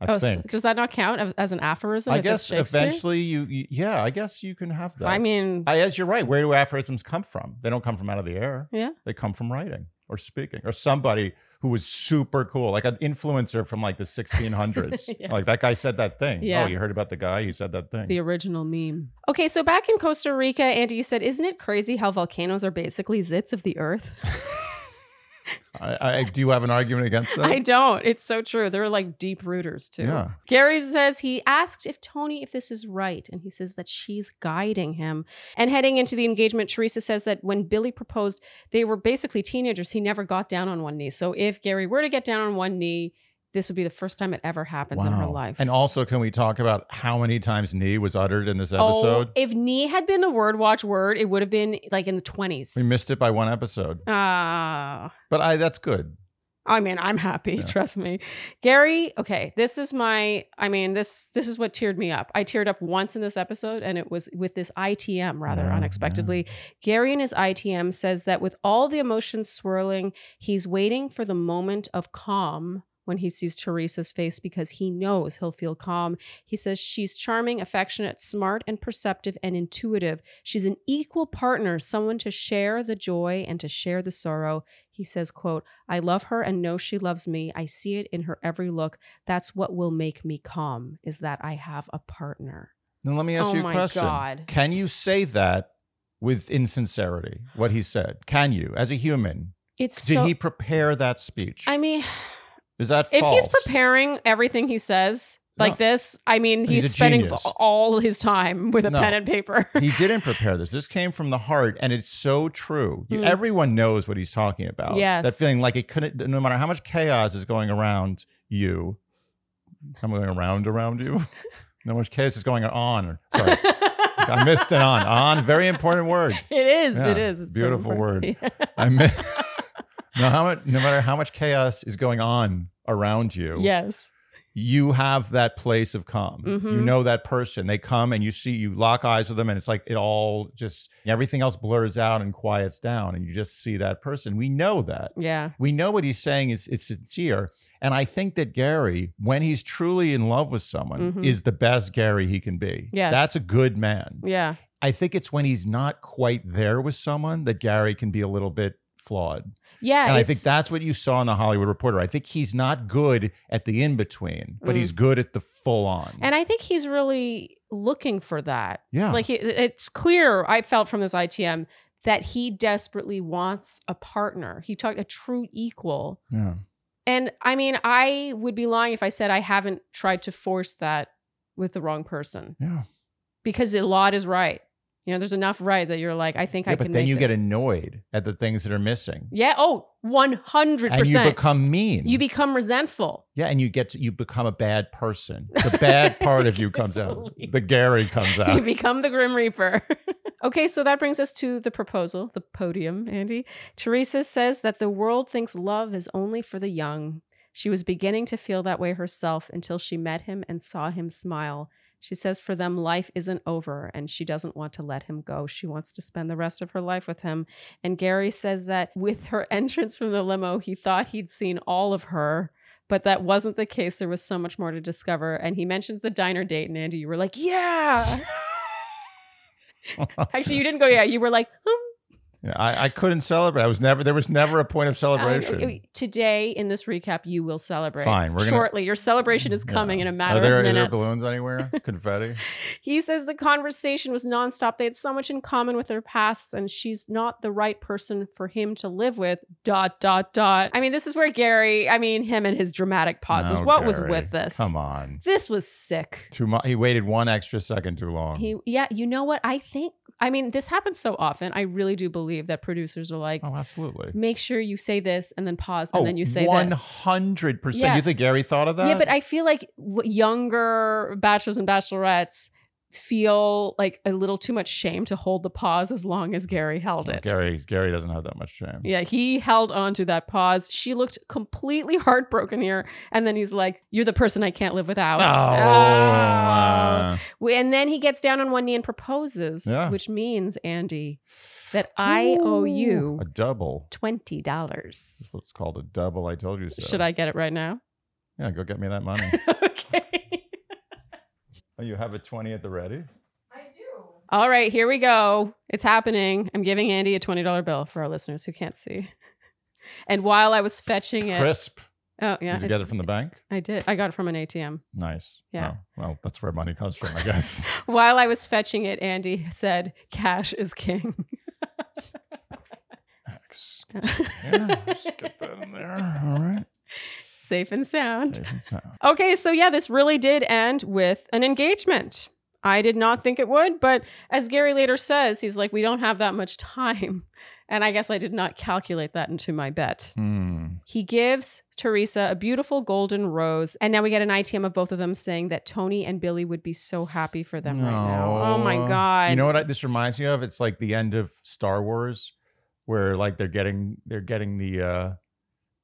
I
Oh, s-
think.
does that not count a- as an aphorism?
I
if it's
guess
Shakespeare?
eventually you, you, yeah, I guess you can have that.
I mean,
I guess you're right. Where do aphorisms come from? They don't come from out of the air.
Yeah.
They come from writing or speaking or somebody who was super cool, like an influencer from like the 1600s.
Yeah.
Like that guy said that thing.
Yeah.
Oh, you heard about the guy who said that thing.
the original meme. Okay, so back in Costa Rica, Andy, you said, "Isn't it crazy how volcanoes are basically zits of the Earth?"
I, I, do you have an argument against that?
I don't. It's so true. They're like deep rooters too.
Yeah.
Gary says he asked if Tony if this is right, and he says that she's guiding him. And heading into the engagement, Teresa says that when Billy proposed, they were basically teenagers. He never got down on one knee. So if Gary were to get down on one knee, this would be the first time it ever happens in her
Wow.
life.
And also, can we talk about how many times knee was uttered in this
oh,
episode?
if knee had been the word watch word, it would have been like in the twenties.
We missed it by one episode,
Ah.
but I that's good.
I mean, I'm happy,
Yeah.
trust me. Gary, okay, this is my I mean, this this is what teared me up. I teared up once in this episode and it was with this ITM rather
Yeah, yeah.
unexpectedly. Gary in his ITM says that with all the emotions swirling, he's waiting for the moment of calm when he sees Teresa's face because he knows he'll feel calm. He says she's charming, affectionate, smart and perceptive and intuitive. She's an equal partner, someone to share the joy and to share the sorrow. He says, quote, I love her and know she loves me. I see it in her every look. That's what will make me calm is that I have a partner.
Now let me ask
Oh
you a
my
question:
God.
Can you say that with insincerity? What he said? Can you, as a human,
It's
did
so
he prepare that speech?
I mean,
Is that
if
false?
he's preparing everything he says like
No.
this, I mean, he's,
He's a
spending
genius.
all his time with a
No.
pen and paper.
he didn't prepare this. This came from the heart, and it's so true. You-
Mm.
Everyone knows what he's talking about.
Yes.
that feeling like it couldn't. No matter how much chaos is going around you, I'm going around around you. No much chaos is going on. Sorry, I missed an on. On, very important word.
It is.
Yeah,
it is. It's very
beautiful
important.
I miss. No, how much, no matter how much chaos is going on around you,
yes.
you have that place of calm. You
Mhm.
know that person. They come and you see, you lock eyes with them, and it's like it all just everything else blurs out and quiets down, and you just see that person. We know that.
Yeah.
We know what he's saying is it's sincere. And I think that Gary, when he's truly in love with someone,
Mhm.
is the best Gary he can be.
Yes.
That's a good man.
Yeah.
I think it's when he's not quite there with someone that Gary can be a little bit flawed.
Yeah.
And I
it's-
think that's what you saw in the Hollywood Reporter. I think he's not good at the in between, but
Mm.
he's good at the full on.
and I think he's really looking for that.
yeah,
Like he, it's clear, I felt from this ITM that he desperately wants a partner. He talked a true equal.
yeah,
And I mean, I would be lying if I said I haven't tried to force that with the wrong person
yeah.
because a lot is right. You know, there's enough right that you're like, I think
yeah
I
but
can.
then
make
you
this.
get annoyed at the things that are missing,
yeah. Oh, one hundred
and you
percent.
become mean.
You become resentful.
yeah, and you get to, you become a bad person. The bad part of you comes out.
Absolutely.
The Gary comes out.
You become the Grim Reaper. okay, so that brings us to the proposal, the podium, Andy. Teresa says that the world thinks love is only for the young. She was beginning to feel that way herself until she met him and saw him smile. She says for them, life isn't over, and she doesn't want to let him go. She wants to spend the rest of her life with him. And Gary says that with her entrance from the limo, he thought he'd seen all of her, but that wasn't the case. There was so much more to discover. And he mentioned the diner date, and Andy, you were like, yeah. Actually, you didn't go, yeah. You were like, hmm.
Yeah, I, I couldn't celebrate. I was never there was never a point of celebration.
Uh, today in this recap, you will celebrate.
Fine, we're gonna-
Shortly, your celebration is coming in a matter
are there,
of
Are there
minutes.
balloons anywhere? Confetti?
He says the conversation was nonstop. They had so much in common with their pasts, and she's not the right person for him to live with. Dot dot dot. I mean, this is where Gary. I mean, him and his dramatic pauses.
No,
what was
Gary.
with this?
Come on.
This was sick.
Too much. He waited one extra second too long.
He, yeah, you know what? I think. I mean, this happens so often. I really do believe that producers are like,
oh, absolutely. Oh,
make sure you say this, and then pause, and then you say
one
this.
hundred percent.
Yeah.
You think Gary thought of that?
Yeah, but I feel like w- younger bachelors and bachelorettes feel like a little too much shame to hold the pause as long as Gary held it.
Oh, Gary Gary doesn't have that much shame.
Yeah, he held on to that pause. She looked completely heartbroken here. And then he's like, You're the person I can't live without.
Oh,
Ah.
uh,
W- And then he gets down on one knee and proposes,
Yeah.
which means, Andy, that I owe you
a double.
$20.
That's what's called a double. I told you so.
Should I get it right now?
Yeah, go get me that money.
okay.
oh, you have a twenty at the ready.
All right, here we go. It's happening. I'm giving Andy a $20 bill for our listeners who can't see. And while I was fetching it,
Crisp.
oh yeah,
Did you
I,
get it from the bank?
I did. I got it from an ATM.
Nice.
Yeah.
Oh, well, that's where money comes from, I guess.
While I was fetching it, Andy said, "Cash is king."
sex. Yeah, just get that in there. All right.
Safe and sound.
Safe and sound.
Okay, so yeah, this really did end with an engagement. I did not think it would, but as Gary later says, he's like, we don't have that much time. And I guess I did not calculate that into my bet.
Hmm.
He gives Teresa a beautiful golden rose. And now we get an ITM of both of them saying that Tony and Billy would be so happy for them right now. Oh my
No.
God.
You know what I, this reminds me of? It's like the end of Star Wars, where like they're getting they're getting the. uh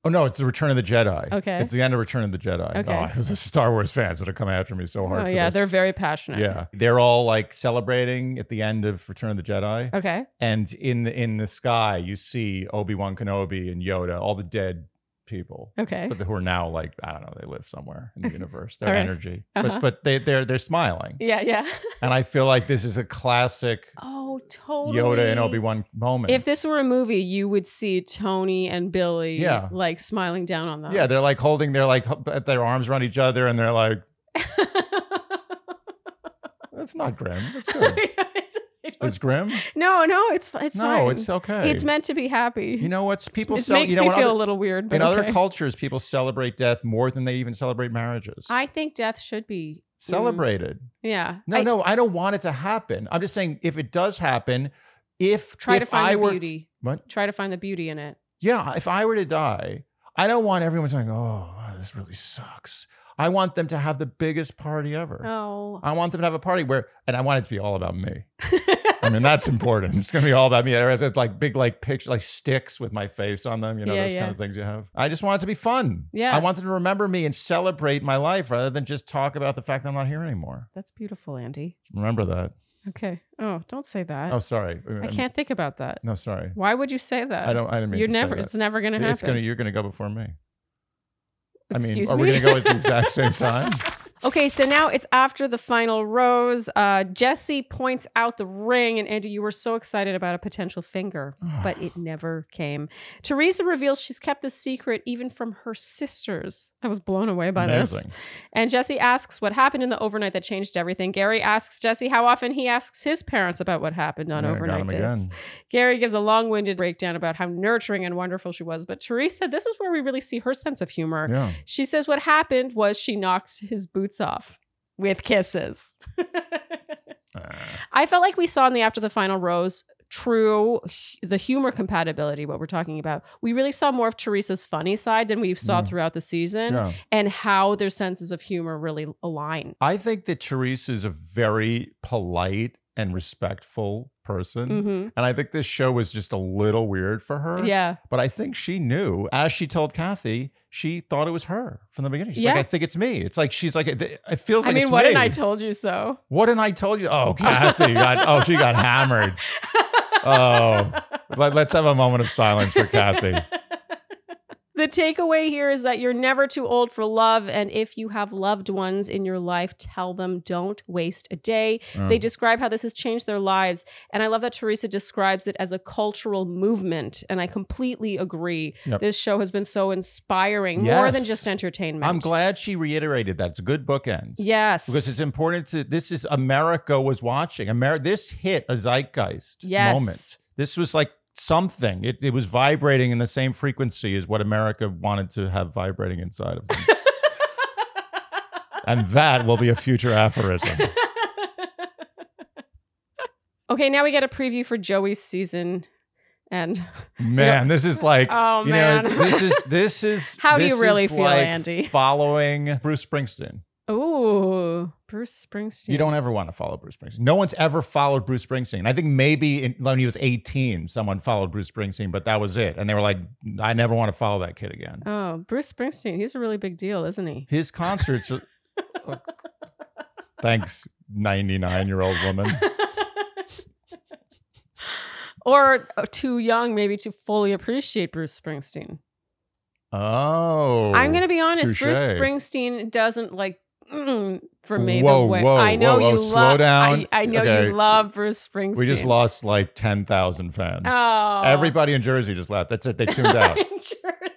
Oh no! It's the Return of the Jedi.
Okay.
It's the end of Return of the Jedi.
Okay.
Oh, the Star Wars fans that have come after me so hard.
oh,
for
yeah,
this.
they're very passionate.
yeah. They're all like celebrating at the end of Return of the Jedi,
Okay.
and in the in the sky you see Obi Wan Kenobi and Yoda, all the dead people.
Okay.
But who are now like I don't know, they live somewhere in the universe. Their
All right.
energy,
Uh-huh.
but but they they're they're smiling,
Yeah, yeah.
and I feel like this is a classic
Oh, totally.
Yoda and Obi Wan moment.
If this were a movie, you would see Tony and Billy
Yeah.
like smiling down on them.
yeah, they're like holding their like h- at their arms around each other, and they're like, "That's not grim. That's good. it's grim.
no, no, it's fi- it's
no,
fine.
it's okay.
It's meant to be happy.
you know what's people
it
cel-
makes
you know
me
in
feel
other-
a little weird, but
in
okay.
other cultures people celebrate death more than they even celebrate marriages.
I think death should be
celebrated.
Mm, yeah.
No,
I
no, I don't want it to happen. I'm just saying if it does happen, if
Try
if
to find
I
the
were,
beauty.
What?
Try to find the beauty in it.
Yeah, if I were to die, I don't want everyone saying, "Oh, wow, this really sucks." I want them to have the biggest party ever.
Oh.
I want them to have a party where, and I want it to be all about me. I mean, that's important. It's going to be all about me. I have like big, like picture, like sticks with my face on them. You know,
Yeah,
those
yeah.
kind of things you have. I just want it to be fun.
Yeah.
I want them to remember me and celebrate my life rather than just talk about the fact that I'm not here anymore.
That's beautiful, Andy.
Remember that.
Okay. Oh, don't say that.
Oh, sorry.
I can't think about that.
No, sorry.
Why would you say that?
I don't. I didn't mean.
You're
to
never
Say that.
it's never gonna happen.
It's gonna. You're gonna go before me. I mean,
Excuse
are we
me?
gonna go at the exact same time?
Okay, so now it's after the final rose. Uh, Jesse points out the ring, and Andy, you were so excited about a potential finger, but it never came. Teresa reveals she's kept the secret even from her sisters. I was blown away by this.
Amazing.
And Jesse asks what happened in the overnight that changed everything. Gary asks Jesse how often he asks his parents about what happened on
Yeah, I got
overnight
him
dates.
again.
Gary gives a long winded breakdown about how nurturing and wonderful she was. But Teresa, this is where we really see her sense of humor.
Yeah.
She says what happened was she knocked his boots off with kisses.
Ah,
I felt like we saw in the after the final rose true hu- the humor compatibility what we're talking about. We really saw more of Teresa's funny side than we saw
Mm.
throughout the season
yeah.
and how their senses of humor really align.
I think that Teresa is a very polite and respectful person.
Mhm.
And I think this show was just a little weird for her.
Yeah.
But I think she knew, as she told Kathy, she thought it was her from the beginning. She's
Yeah.
like, I think it's me. It's like, she's like, it it feels
I
like
mean,
it's
what
me.
did I told you so?
what did I tell you? Oh, Kathy got, oh, she got hammered. Oh, Let, let's have a moment of silence for Kathy.
The takeaway here is that you're never too old for love. And if you have loved ones in your life, tell them don't waste a day. They
Mm.
describe how this has changed their lives. And I love that Teresa describes it as a cultural movement. And I completely agree.
Yep.
This show has been so inspiring, more than
Yes.
just entertainment.
I'm glad she reiterated that. It's a good bookend.
Yes.
Because it's important to this is America was watching. America this hit a zeitgeist
Yes.
moment. This was like something. It it was vibrating in the same frequency as what America wanted to have vibrating inside of them. and that will be a future aphorism.
okay, now we get a preview for Joey's season. And
Man, this is like
Oh,
you
man.
know this is this is
How do you
this
really
is
feel,
like
Andy?
Following Bruce Springsteen.
ooh, Bruce Springsteen.
You don't ever want to follow Bruce Springsteen. No one's ever followed Bruce Springsteen. I think maybe in, when he was 18, someone followed Bruce Springsteen, but that was it. And they were like, I never want to follow that kid again.
Oh, Bruce Springsteen. He's a really big deal, isn't he?
His concerts are. Thanks, 99 year old woman.
Or uh, too young, maybe, to fully appreciate Bruce Springsteen.
Oh.
I'm going to be honest. Bruce
touche.
Springsteen doesn't like. mm, for me,
Whoa,
the way
whoa,
I know
whoa,
you
oh, slow
love,
down.
I, I know
Okay.
you love Bruce Springsteen.
We just lost like 10,000 fans.
Oh,
Everybody in Jersey just left. That's it. They tuned out.
In Jersey.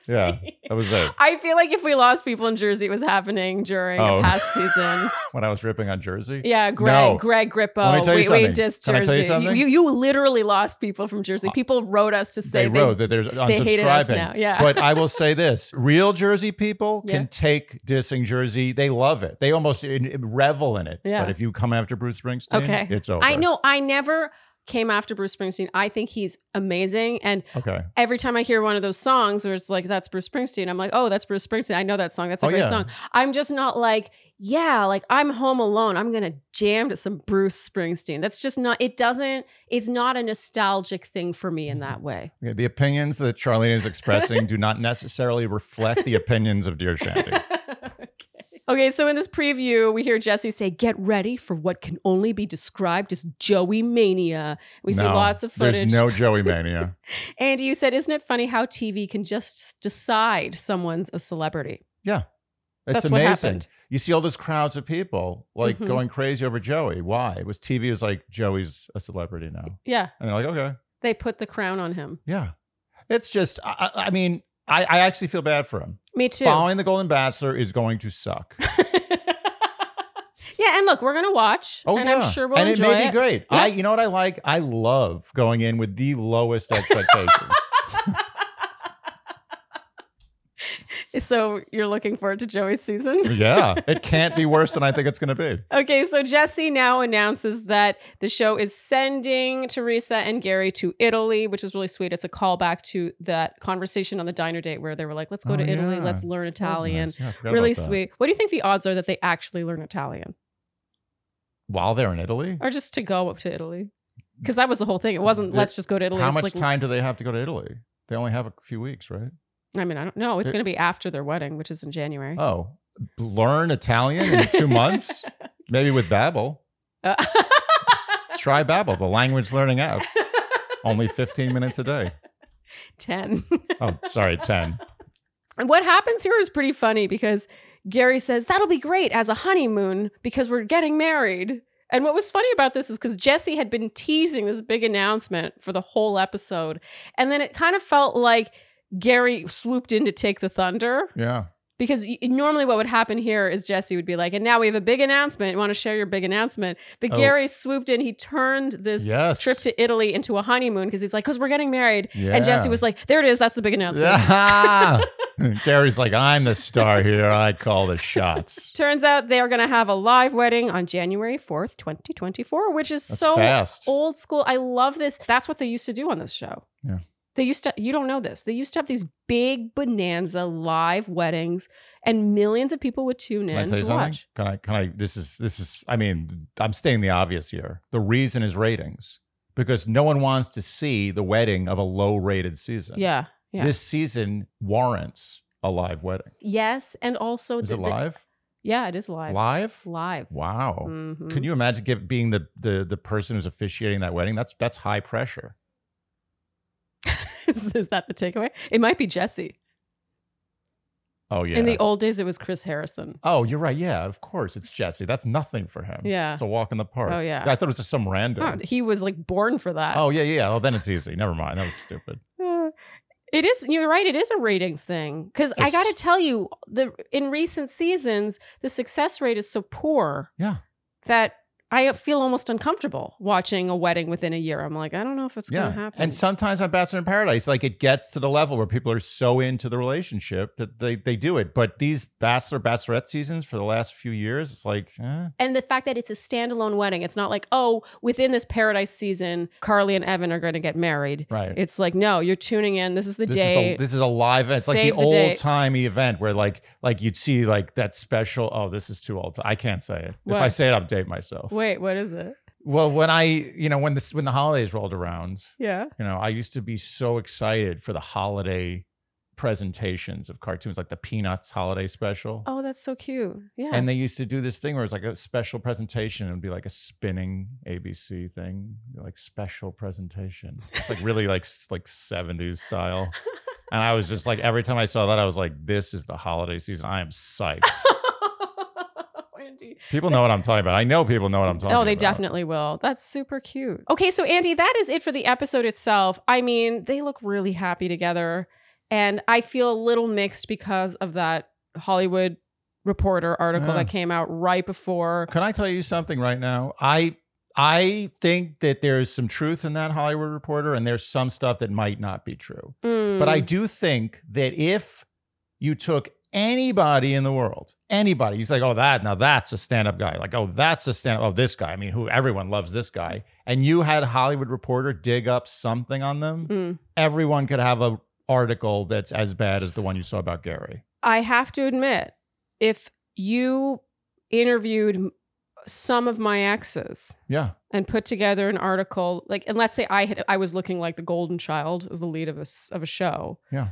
Yeah, that was it.
I feel like if we lost people in Jersey, it was happening during
Oh.
a past season.
When I was ripping on Jersey.
Yeah, Greg,
No.
Greg Grippo.
Let me tell you
wait, wait,
something.
just
Can I
Jersey.
tell you something? Uh,
You, you literally lost people from Jersey. People wrote us to say
they, wrote that they're unsubscribing.
hated us now, yeah.
but I will say this: real Jersey people
Yeah.
can take dissing Jersey. They love it. They almost in, in- revel in it.
Yeah.
But if you come after Bruce Springsteen,
Okay.
it's over.
I know I never came after Bruce Springsteen. I think he's amazing. And
Okay.
every time I hear one of those songs where it's like, that's Bruce Springsteen, I'm like, oh, that's Bruce Springsteen. I know that song. That's a
Oh,
great
yeah.
song. I'm just not like, yeah, like I'm home alone. I'm going to jam to some Bruce Springsteen. That's just not, it doesn't, it's not a nostalgic thing for me in
Mm-hmm.
that way.
Okay, The opinions that Charlene is expressing do not necessarily reflect the opinions of Dear Shanty.
Okay, so in this preview, we hear Jesse say, Get ready for what can only be described as Joey Mania. We see
No,
lots of footage.
There's no Joey Mania.
Andy, you said, isn't it funny how TV can just decide someone's a celebrity?
It's
That's what
amazing.
happened.
you see all those crowds of people like
Mhm.
going crazy over Joey. Why? It was TV was like Joey's a celebrity now,
Yeah,
and they're like, okay,
they put the crown on him.
yeah. It's just, I, I I mean, I, I actually feel bad for him.
Me too.
Following the Golden Bachelor is going to suck.
yeah, and look, we're gonna watch,
Oh
and
yeah,
I'm sure we'll
and
enjoy
it may be great.
Yeah.
I, you know what I like? I love going in with the lowest expectations.
So you're looking forward to Joey's season.
yeah, it can't be worse than I think it's going to be.
Okay, so Jesse now announces that the show is sending Teresa and Gary to Italy, which is really sweet. It's a callback to that conversation on the diner date where they were like, let's go
Oh,
to Italy,
yeah.
let's learn
That was
Italian.
nice. Yeah, I forgot about
Really
that.
sweet. What do you think the odds are that they actually learn Italian
While they're in Italy,
or just to go up to Italy? Because that was the whole thing. It wasn't
There-
let's just go to Italy.
how
It's
much
like-
time do they have to go to Italy? They only have a few weeks, right?
I mean, I don't know. It's
There-
going to be after their wedding, which is in January.
Oh, learn Italian in two months, maybe with Babbel.
Uh,
Try Babbel, the language learning app. Only 15 minutes a day.
10.
Oh, sorry, 10.
And what happens here is pretty funny because Gary says, That'll be great as a honeymoon because we're getting married. And what was funny about this is because Jesse had been teasing this big announcement for the whole episode. And then it kind of felt like Gary swooped in to take the thunder
Yeah.
because y- normally what would happen here is Jesse would be like, And now we have a big announcement. Want to share your big announcement? But
Oh.
Gary swooped in. He turned this
Yes.
trip to Italy into a honeymoon because he's like, Because we're getting married.
Yeah.
And Jesse was like, There it is. That's the big announcement.
Yeah. Gary's like, I'm the star here. I call the shots.
Turns out they are going to have a live wedding on January 4th, 2024, which is
That's
so
fast.
old school. I love this. That's what they used to do on this show.
Yeah.
They used to, you don't know this, they used to have these big bonanza live weddings and millions of people would tune
Can I
in
tell
to
you something?
watch.
Can I? Can I? This is. This is. I mean, I'm stating the obvious here. The reason is ratings, because no one wants to see the wedding of a low-rated season.
Yeah. Yeah.
This season warrants a live wedding.
yes. And also,
Is
the-
it
the-
live?
yeah, it is live.
Oh, Live? Mm-hmm.
Live.
Wow.
Mhm.
Can you imagine give, being the, the the person who's officiating that wedding? That's that's high pressure.
is, is that the takeaway? It might be Jesse.
Oh yeah.
In the old days, it was Chris Harrison.
oh, you're right. Yeah, of course. It's Jesse. That's nothing for him.
Yeah.
It's a walk in the park.
Oh, yeah.
I thought it was just some
Oh,
random.
he was like born for that.
Oh yeah, yeah. Oh, then it's easy. Never mind. That was stupid.
Uh, It is. You're right. It is a ratings thing because I
It's-
got to tell you, the in recent seasons, the success rate is so poor.
Yeah.
That I feel almost uncomfortable watching a wedding within a year. I'm like, I don't know if it's
yeah.
going to happen.
And sometimes on Bachelor in Paradise, like it gets to the level where people are so into the relationship that they they do it. But these Bachelor Bachelorette seasons for the last few years, it's like, eh,
and the fact that it's a standalone wedding, it's not like, oh, within this paradise season, Carly and Evan are going to get married.
right.
It's like, no, you're tuning in. This is the
this
day.
Is a, this is a live event. It's like
Save
the,
the date.
old timey event where like like you'd see like that special. Oh, this is too old. I can't say it. If I
What?
say it, I'll date myself.
Wait, what is it?
Well, when I you know when this when the holidays rolled around,
Yeah.
you know I used to be so excited for the holiday presentations of cartoons like the Peanuts holiday special.
Oh, that's so cute. Yeah.
And they used to do this thing where it was like a special presentation. It would be like a spinning ABC thing, like special presentation. It's like really like s- like seventies style. And I was just like, every time I saw that, I was like, this is the holiday season. I am psyched.
Andy.
People know what I'm talking about. I know people know what I'm talking about.
Oh, they definitely will. That's super cute. Okay, so Andy, that is it for the episode itself. I mean, they look really happy together. And I feel a little mixed because of that Hollywood reporter article
Yeah.
that came out right before.
Can I tell you something right now? I I think that there is some truth in that Hollywood reporter, and there's some stuff that might not be true. But I do think that if you took anybody in the world, anybody, he's like, oh, that, now that's a stand up guy. Like, oh, that's a stand up, oh, this guy. I mean, who everyone loves this guy. And you had a Hollywood reporter dig up something on them,
Mm.
everyone could have a article that's as bad as the one you saw about Gary.
I have to admit, if you interviewed m- some of my exes
Yeah.
and put together an article, like, and let's say I had, I was looking like the golden child as the lead of a s- of a show,
Yeah.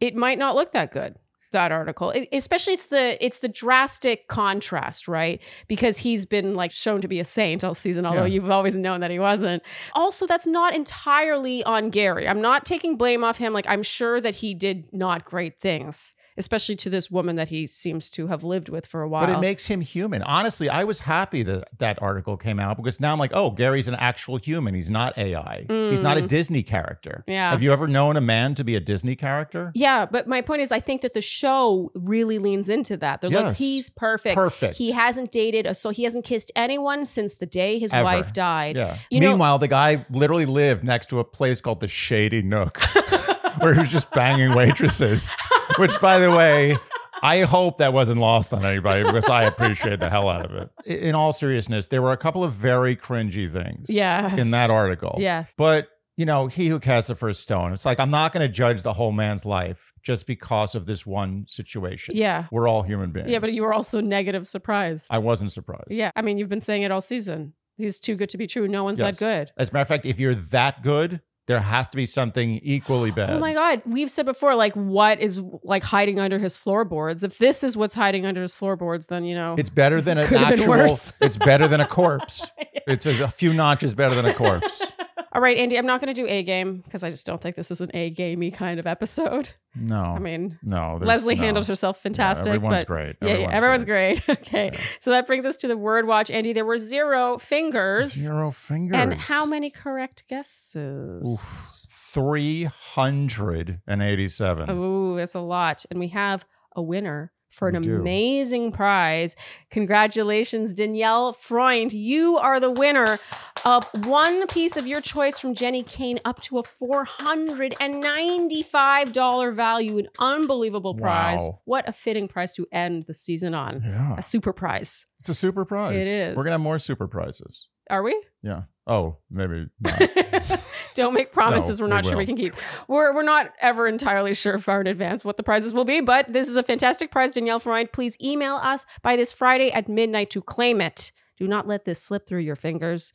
it might not look that good. That article, It- especially it's the it's the drastic contrast, right? Because he's been like shown to be a saint all season, although
Yeah.
you've always known that he wasn't. Also, that's not entirely on Gary. I'm not taking blame off him. Like I'm sure that he did not great things, especially to this woman that he seems to have lived with for a while.
But it makes him human. Honestly, I was happy that that article came out because now I'm like, oh, Gary's an actual human. He's not AI. He's not a
Mm.
Disney character.
Yeah.
Have you ever known a man to be a Disney character?
Yeah, but my point is, I think that the show really leans into that. They're like,
Yes.
he's perfect.
Perfect.
He hasn't dated, a so he hasn't kissed anyone since the day his
Ever.
wife died.
Yeah.
You know-
Meanwhile, the guy literally lived next to a place called the Shady Nook, where he was just banging waitresses. Which, by the way, I hope that wasn't lost on anybody because I appreciate the hell out of it. I- In all seriousness, there were a couple of very cringy things.
Yes.
In that article.
Yes.
But you know, he who cast the first stone. It's like I'm not going to judge the whole man's life just because of this one situation.
Yeah.
We're all human beings.
Yeah, but you were also negative surprised.
I wasn't surprised.
yeah, I mean, you've been saying it all season. He's too good to be true. No one's
Yes.
that good.
As a matter of fact, if you're that good, there has to be something equally bad.
Oh my God. We've said before, like, what is like hiding under his floorboards? If this is what's hiding under his floorboards, then, you know.
It's better than an
Could have been
actual.
worse.
It's better than a corpse. It's a, a few notches better than a corpse.
all right, Andy, I'm not going to do A game because I just don't think this is an A gamey kind of episode.
No.
I mean,
no. there's-
Leslie
no.
handled herself fantastic.
Yeah, everyone's
but
great.
Yeah, yeah, everyone's great. okay. So that brings us to the word watch. Andy, there were zero fingers.
Zero fingers.
And how many correct guesses?
Three hundred and eighty-seven.
Ooh, that's a lot. And we have a winner for an
We do.
amazing prize. Congratulations, Danielle Freund. You are the winner of one piece of your choice from Jenny Kane up to a $495 value. An unbelievable prize.
Wow.
What a fitting prize to end the season on.
Yeah.
A super prize.
It's a super prize.
It is.
We're gonna have more super prizes.
Are we?
Yeah. Oh, maybe. Not.
Don't make promises
No,
we're
we
not sure we
will.
can keep. We're, we're not ever entirely sure far in advance what the prizes will be, but this is a fantastic prize, Danielle Freund. Please email us by this Friday at midnight to claim it. Do not let this slip through your fingers.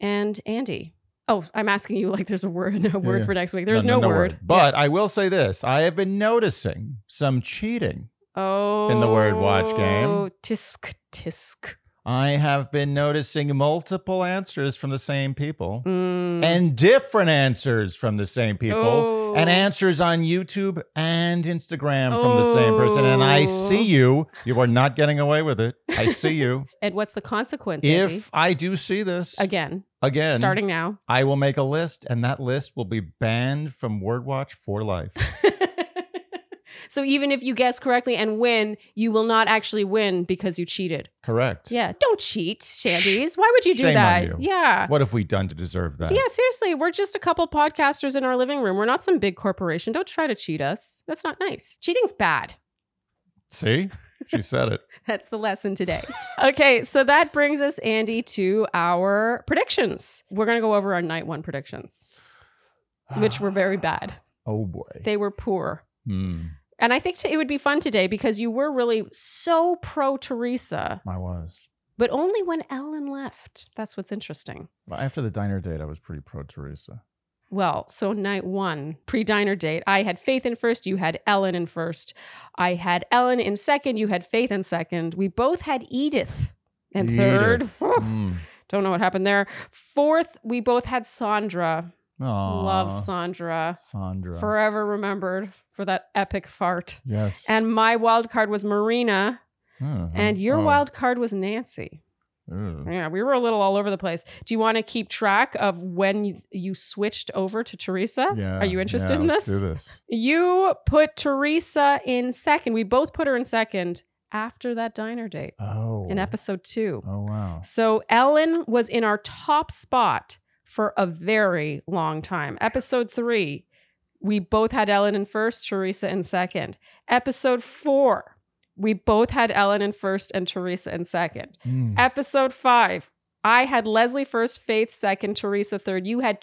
And Andy, oh, I'm asking you like there's a word, a word
yeah.
for next week. There's no, word.
But I will say this: I have been noticing some cheating.
oh,
in the word watch game.
tisk tisk.
I have been noticing multiple answers from the same people.
Mm.
and different answers from the same people
Oh.
and answers on YouTube and Instagram from the same person. And I see
Oh.
you. You are not getting away with it. I see you.
and what's the consequence? Andy?
if I do see this
again,
again,
starting now.
I will make a list and that list will be banned from WordWatch for life.
so even if you guess correctly and win, you will not actually win because you cheated.
Correct.
Yeah, don't cheat, Shandies. Why would you do
Shame on
that?
you.
Yeah.
What have we done to deserve that?
Yeah, seriously, we're just a couple podcasters in our living room. We're not some big corporation. Don't try to cheat us. That's not nice. Cheating's bad.
See? She said it.
That's the lesson today. okay, so that brings us, Andy, to our predictions. We're going to go over our night one predictions,
Ah.
which were very bad.
Oh boy.
They were poor.
Hmm.
And I think t- it would be fun today because you were really so pro Teresa,
I was.
but only when Ellen left. That's what's interesting.
Well, After the diner date, I was pretty pro Teresa.
Well, so night one, pre diner date, I had Faith in first, you had Ellen in first. I had Ellen in second, you had Faith in second. We both had Edith in third.
Edith. Hmm.
Don't know what happened there. Fourth, we both had Sandra. Love
Aw.
Sandra.
Sandra.
Forever remembered for that epic fart.
yes.
And my wild card was Marina.
Mhm.
And your
Oh,
wild card was Nancy.
Ooh.
Yeah, we were a little all over the place. Do you want to keep track of when you, you switched over to Teresa?
Yeah.
Are you interested
yeah,
in
let's
this?
Do this.
You put Teresa in second. We both put her in second after that diner date
Oh.
in episode two.
Oh wow.
So Ellen was in our top spot for a very long time. Episode three, we both had Ellen in first, Teresa in second. Episode four, we both had Ellen in first and Teresa in second.
Mm.
Episode five. I had Leslie first, Faith second, Teresa third. You had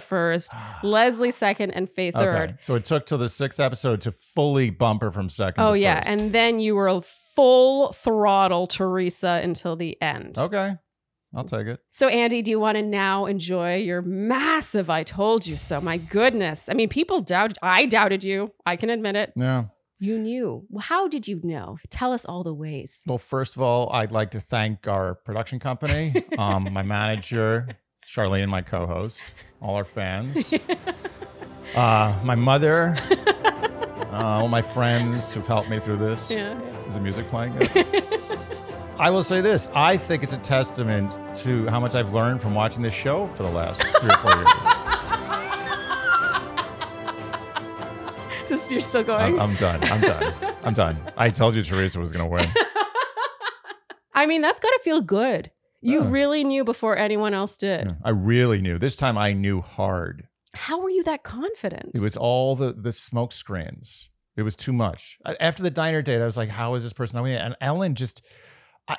first, Leslie second, and Faith third.
Okay. So it took till the sixth episode to fully bump her from second.
Oh,
to
yeah.
first.
And then you were full throttle Teresa until the end.
okay, I'll take it.
So, Andy, do you want to now enjoy your massive I told you so? My goodness. I mean, people doubted, I doubted you. I can admit it.
Yeah.
You knew. How did you know? Tell us all the ways.
Well, first of all, I'd like to thank our production company, um, my manager, Charlene, my co host, all our fans, uh, my mother, uh, all my friends who've helped me through this.
Yeah.
Is the music playing? I will say this I think it's a testament to how much I've learned from watching this show for the last three or four years.
Just, you're still going.
I'm, I'm done. I'm done. I'm done. I told you Teresa was going to win.
I mean, that's got to feel good. You
Yeah.
really knew before anyone else did.
I really knew. This time I knew hard.
How were you that confident?
It was all the the smoke screens. It was too much. A- After the diner date, I was like, "How is this person?" knowing it?" And Ellen just, I,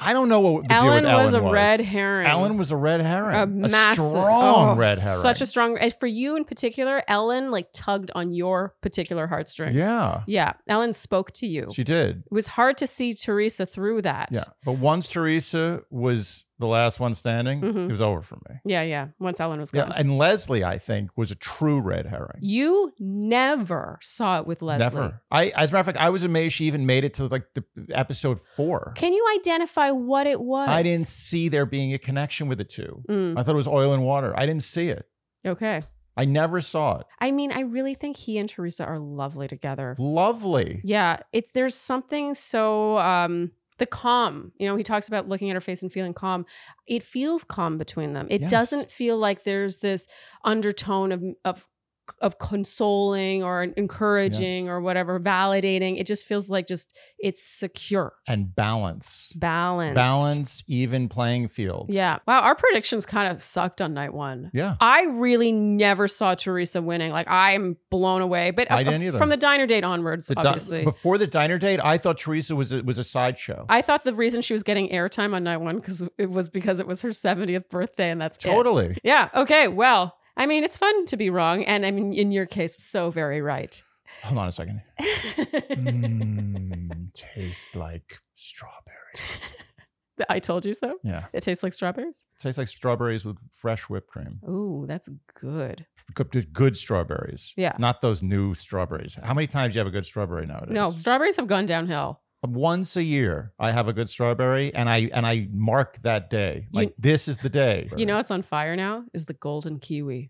I don't know what the deal
Ellen
with Ellen
was a red herring.
Ellen was a red herring.
a
A,
massive,
strong
oh,
red herring.
Such a strong. And for you in particular, Ellen like tugged on your particular heartstrings.
yeah.
Yeah. Ellen spoke to you.
She did.
it was hard to see Teresa through that.
Yeah. But once Teresa was the last one standing,
Mhm.
it was over for me.
Yeah. Yeah. Once Ellen was gone.
Yeah. And Leslie, I think, was a true red herring.
you never saw it with Leslie.
Never. I, as a matter of fact, I was amazed she even made it to like the episode four.
Can you identify what it was?
I didn't see there being a connection with the two.
Mm,
I thought it was oil and water. I didn't see it.
okay.
I never saw it.
I mean, I really think he and Teresa are lovely together.
Lovely.
Yeah, it's there's something so um the calm. You know, he talks about looking at her face and feeling calm. It feels calm between them. It
Yes.
doesn't feel like there's this undertone of of of consoling or encouraging or whatever, validating. It just feels like just it's secure,
And balance.
balanced.
Balanced, even playing field.
Yeah. Wow, our predictions kind of sucked on night 1.
Yeah.
I really never saw Teresa winning. Like I'm blown away. But
I
of-
didn't either.
from the diner date onwards,
The di-
obviously.
before the diner date, I thought Teresa was a, was a sideshow.
I thought the reason she was getting airtime on night one because it was because it was her 70th birthday, and that's it.
Totally.
Yeah. Okay. Well, I mean, it's fun to be wrong, and I mean, in your case, so very right.
Hold on a second. Mm, tastes like strawberries.
I told you so.
Yeah.
It tastes like strawberries.
Tastes like strawberries with fresh whipped cream.
Ooh, that's good.
Good, good strawberries.
Yeah.
Not those new strawberries. How many times do you have a good strawberry nowadays?
No, strawberries have gone downhill.
once a year i have a good strawberry and i and i mark that day
You-
like this is the day
You know, it's on fire now. Is the golden kiwi?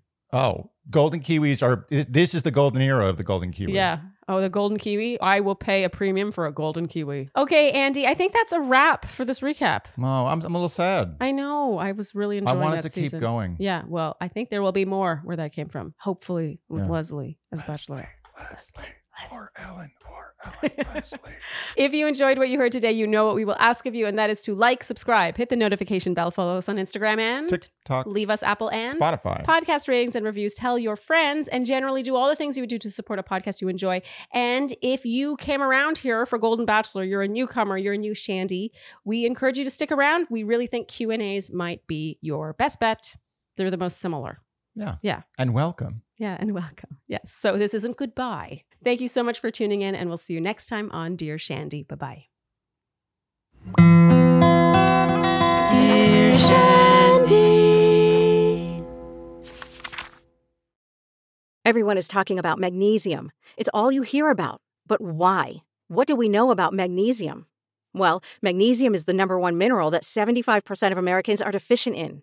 oh golden kiwis are this is the golden era of the golden kiwi
Yeah. Oh, the golden kiwi. I will pay a premium for a golden kiwi. Okay, Andy. I think that's a wrap for this recap.
no I'm, I'm a little sad i,
I know. I was really enjoying
wanted
that
to
season.
keep going
Yeah, well, I think there will be more where that came from. Hopefully, with
Yeah.
Leslie as
Leslie,
Bachelor.
Leslie, or ellen or ellen leslie
If you enjoyed what you heard today, you know what we will ask of you, and that is to like, subscribe, hit the notification bell, follow us on Instagram, and
tiktok
leave us Apple and
spotify
podcast ratings and reviews. Tell your friends, and generally do all the things you would do to support a podcast you enjoy. And if you came around here for Golden Bachelor, you're a newcomer, you're a new Shandy. We encourage you to stick around. We really think Q and A's might be your best bet. They're the most similar.
yeah
Yeah.
and welcome
Yeah, and welcome. Yes. So this isn't goodbye. Thank you so much for tuning in, and we'll see you next time on Dear Shandy. Bye bye. Dear Shandy.
Everyone is talking about magnesium. It's all you hear about. But why? What do we know about magnesium? Well, magnesium is the number one mineral that 75% of Americans are deficient in.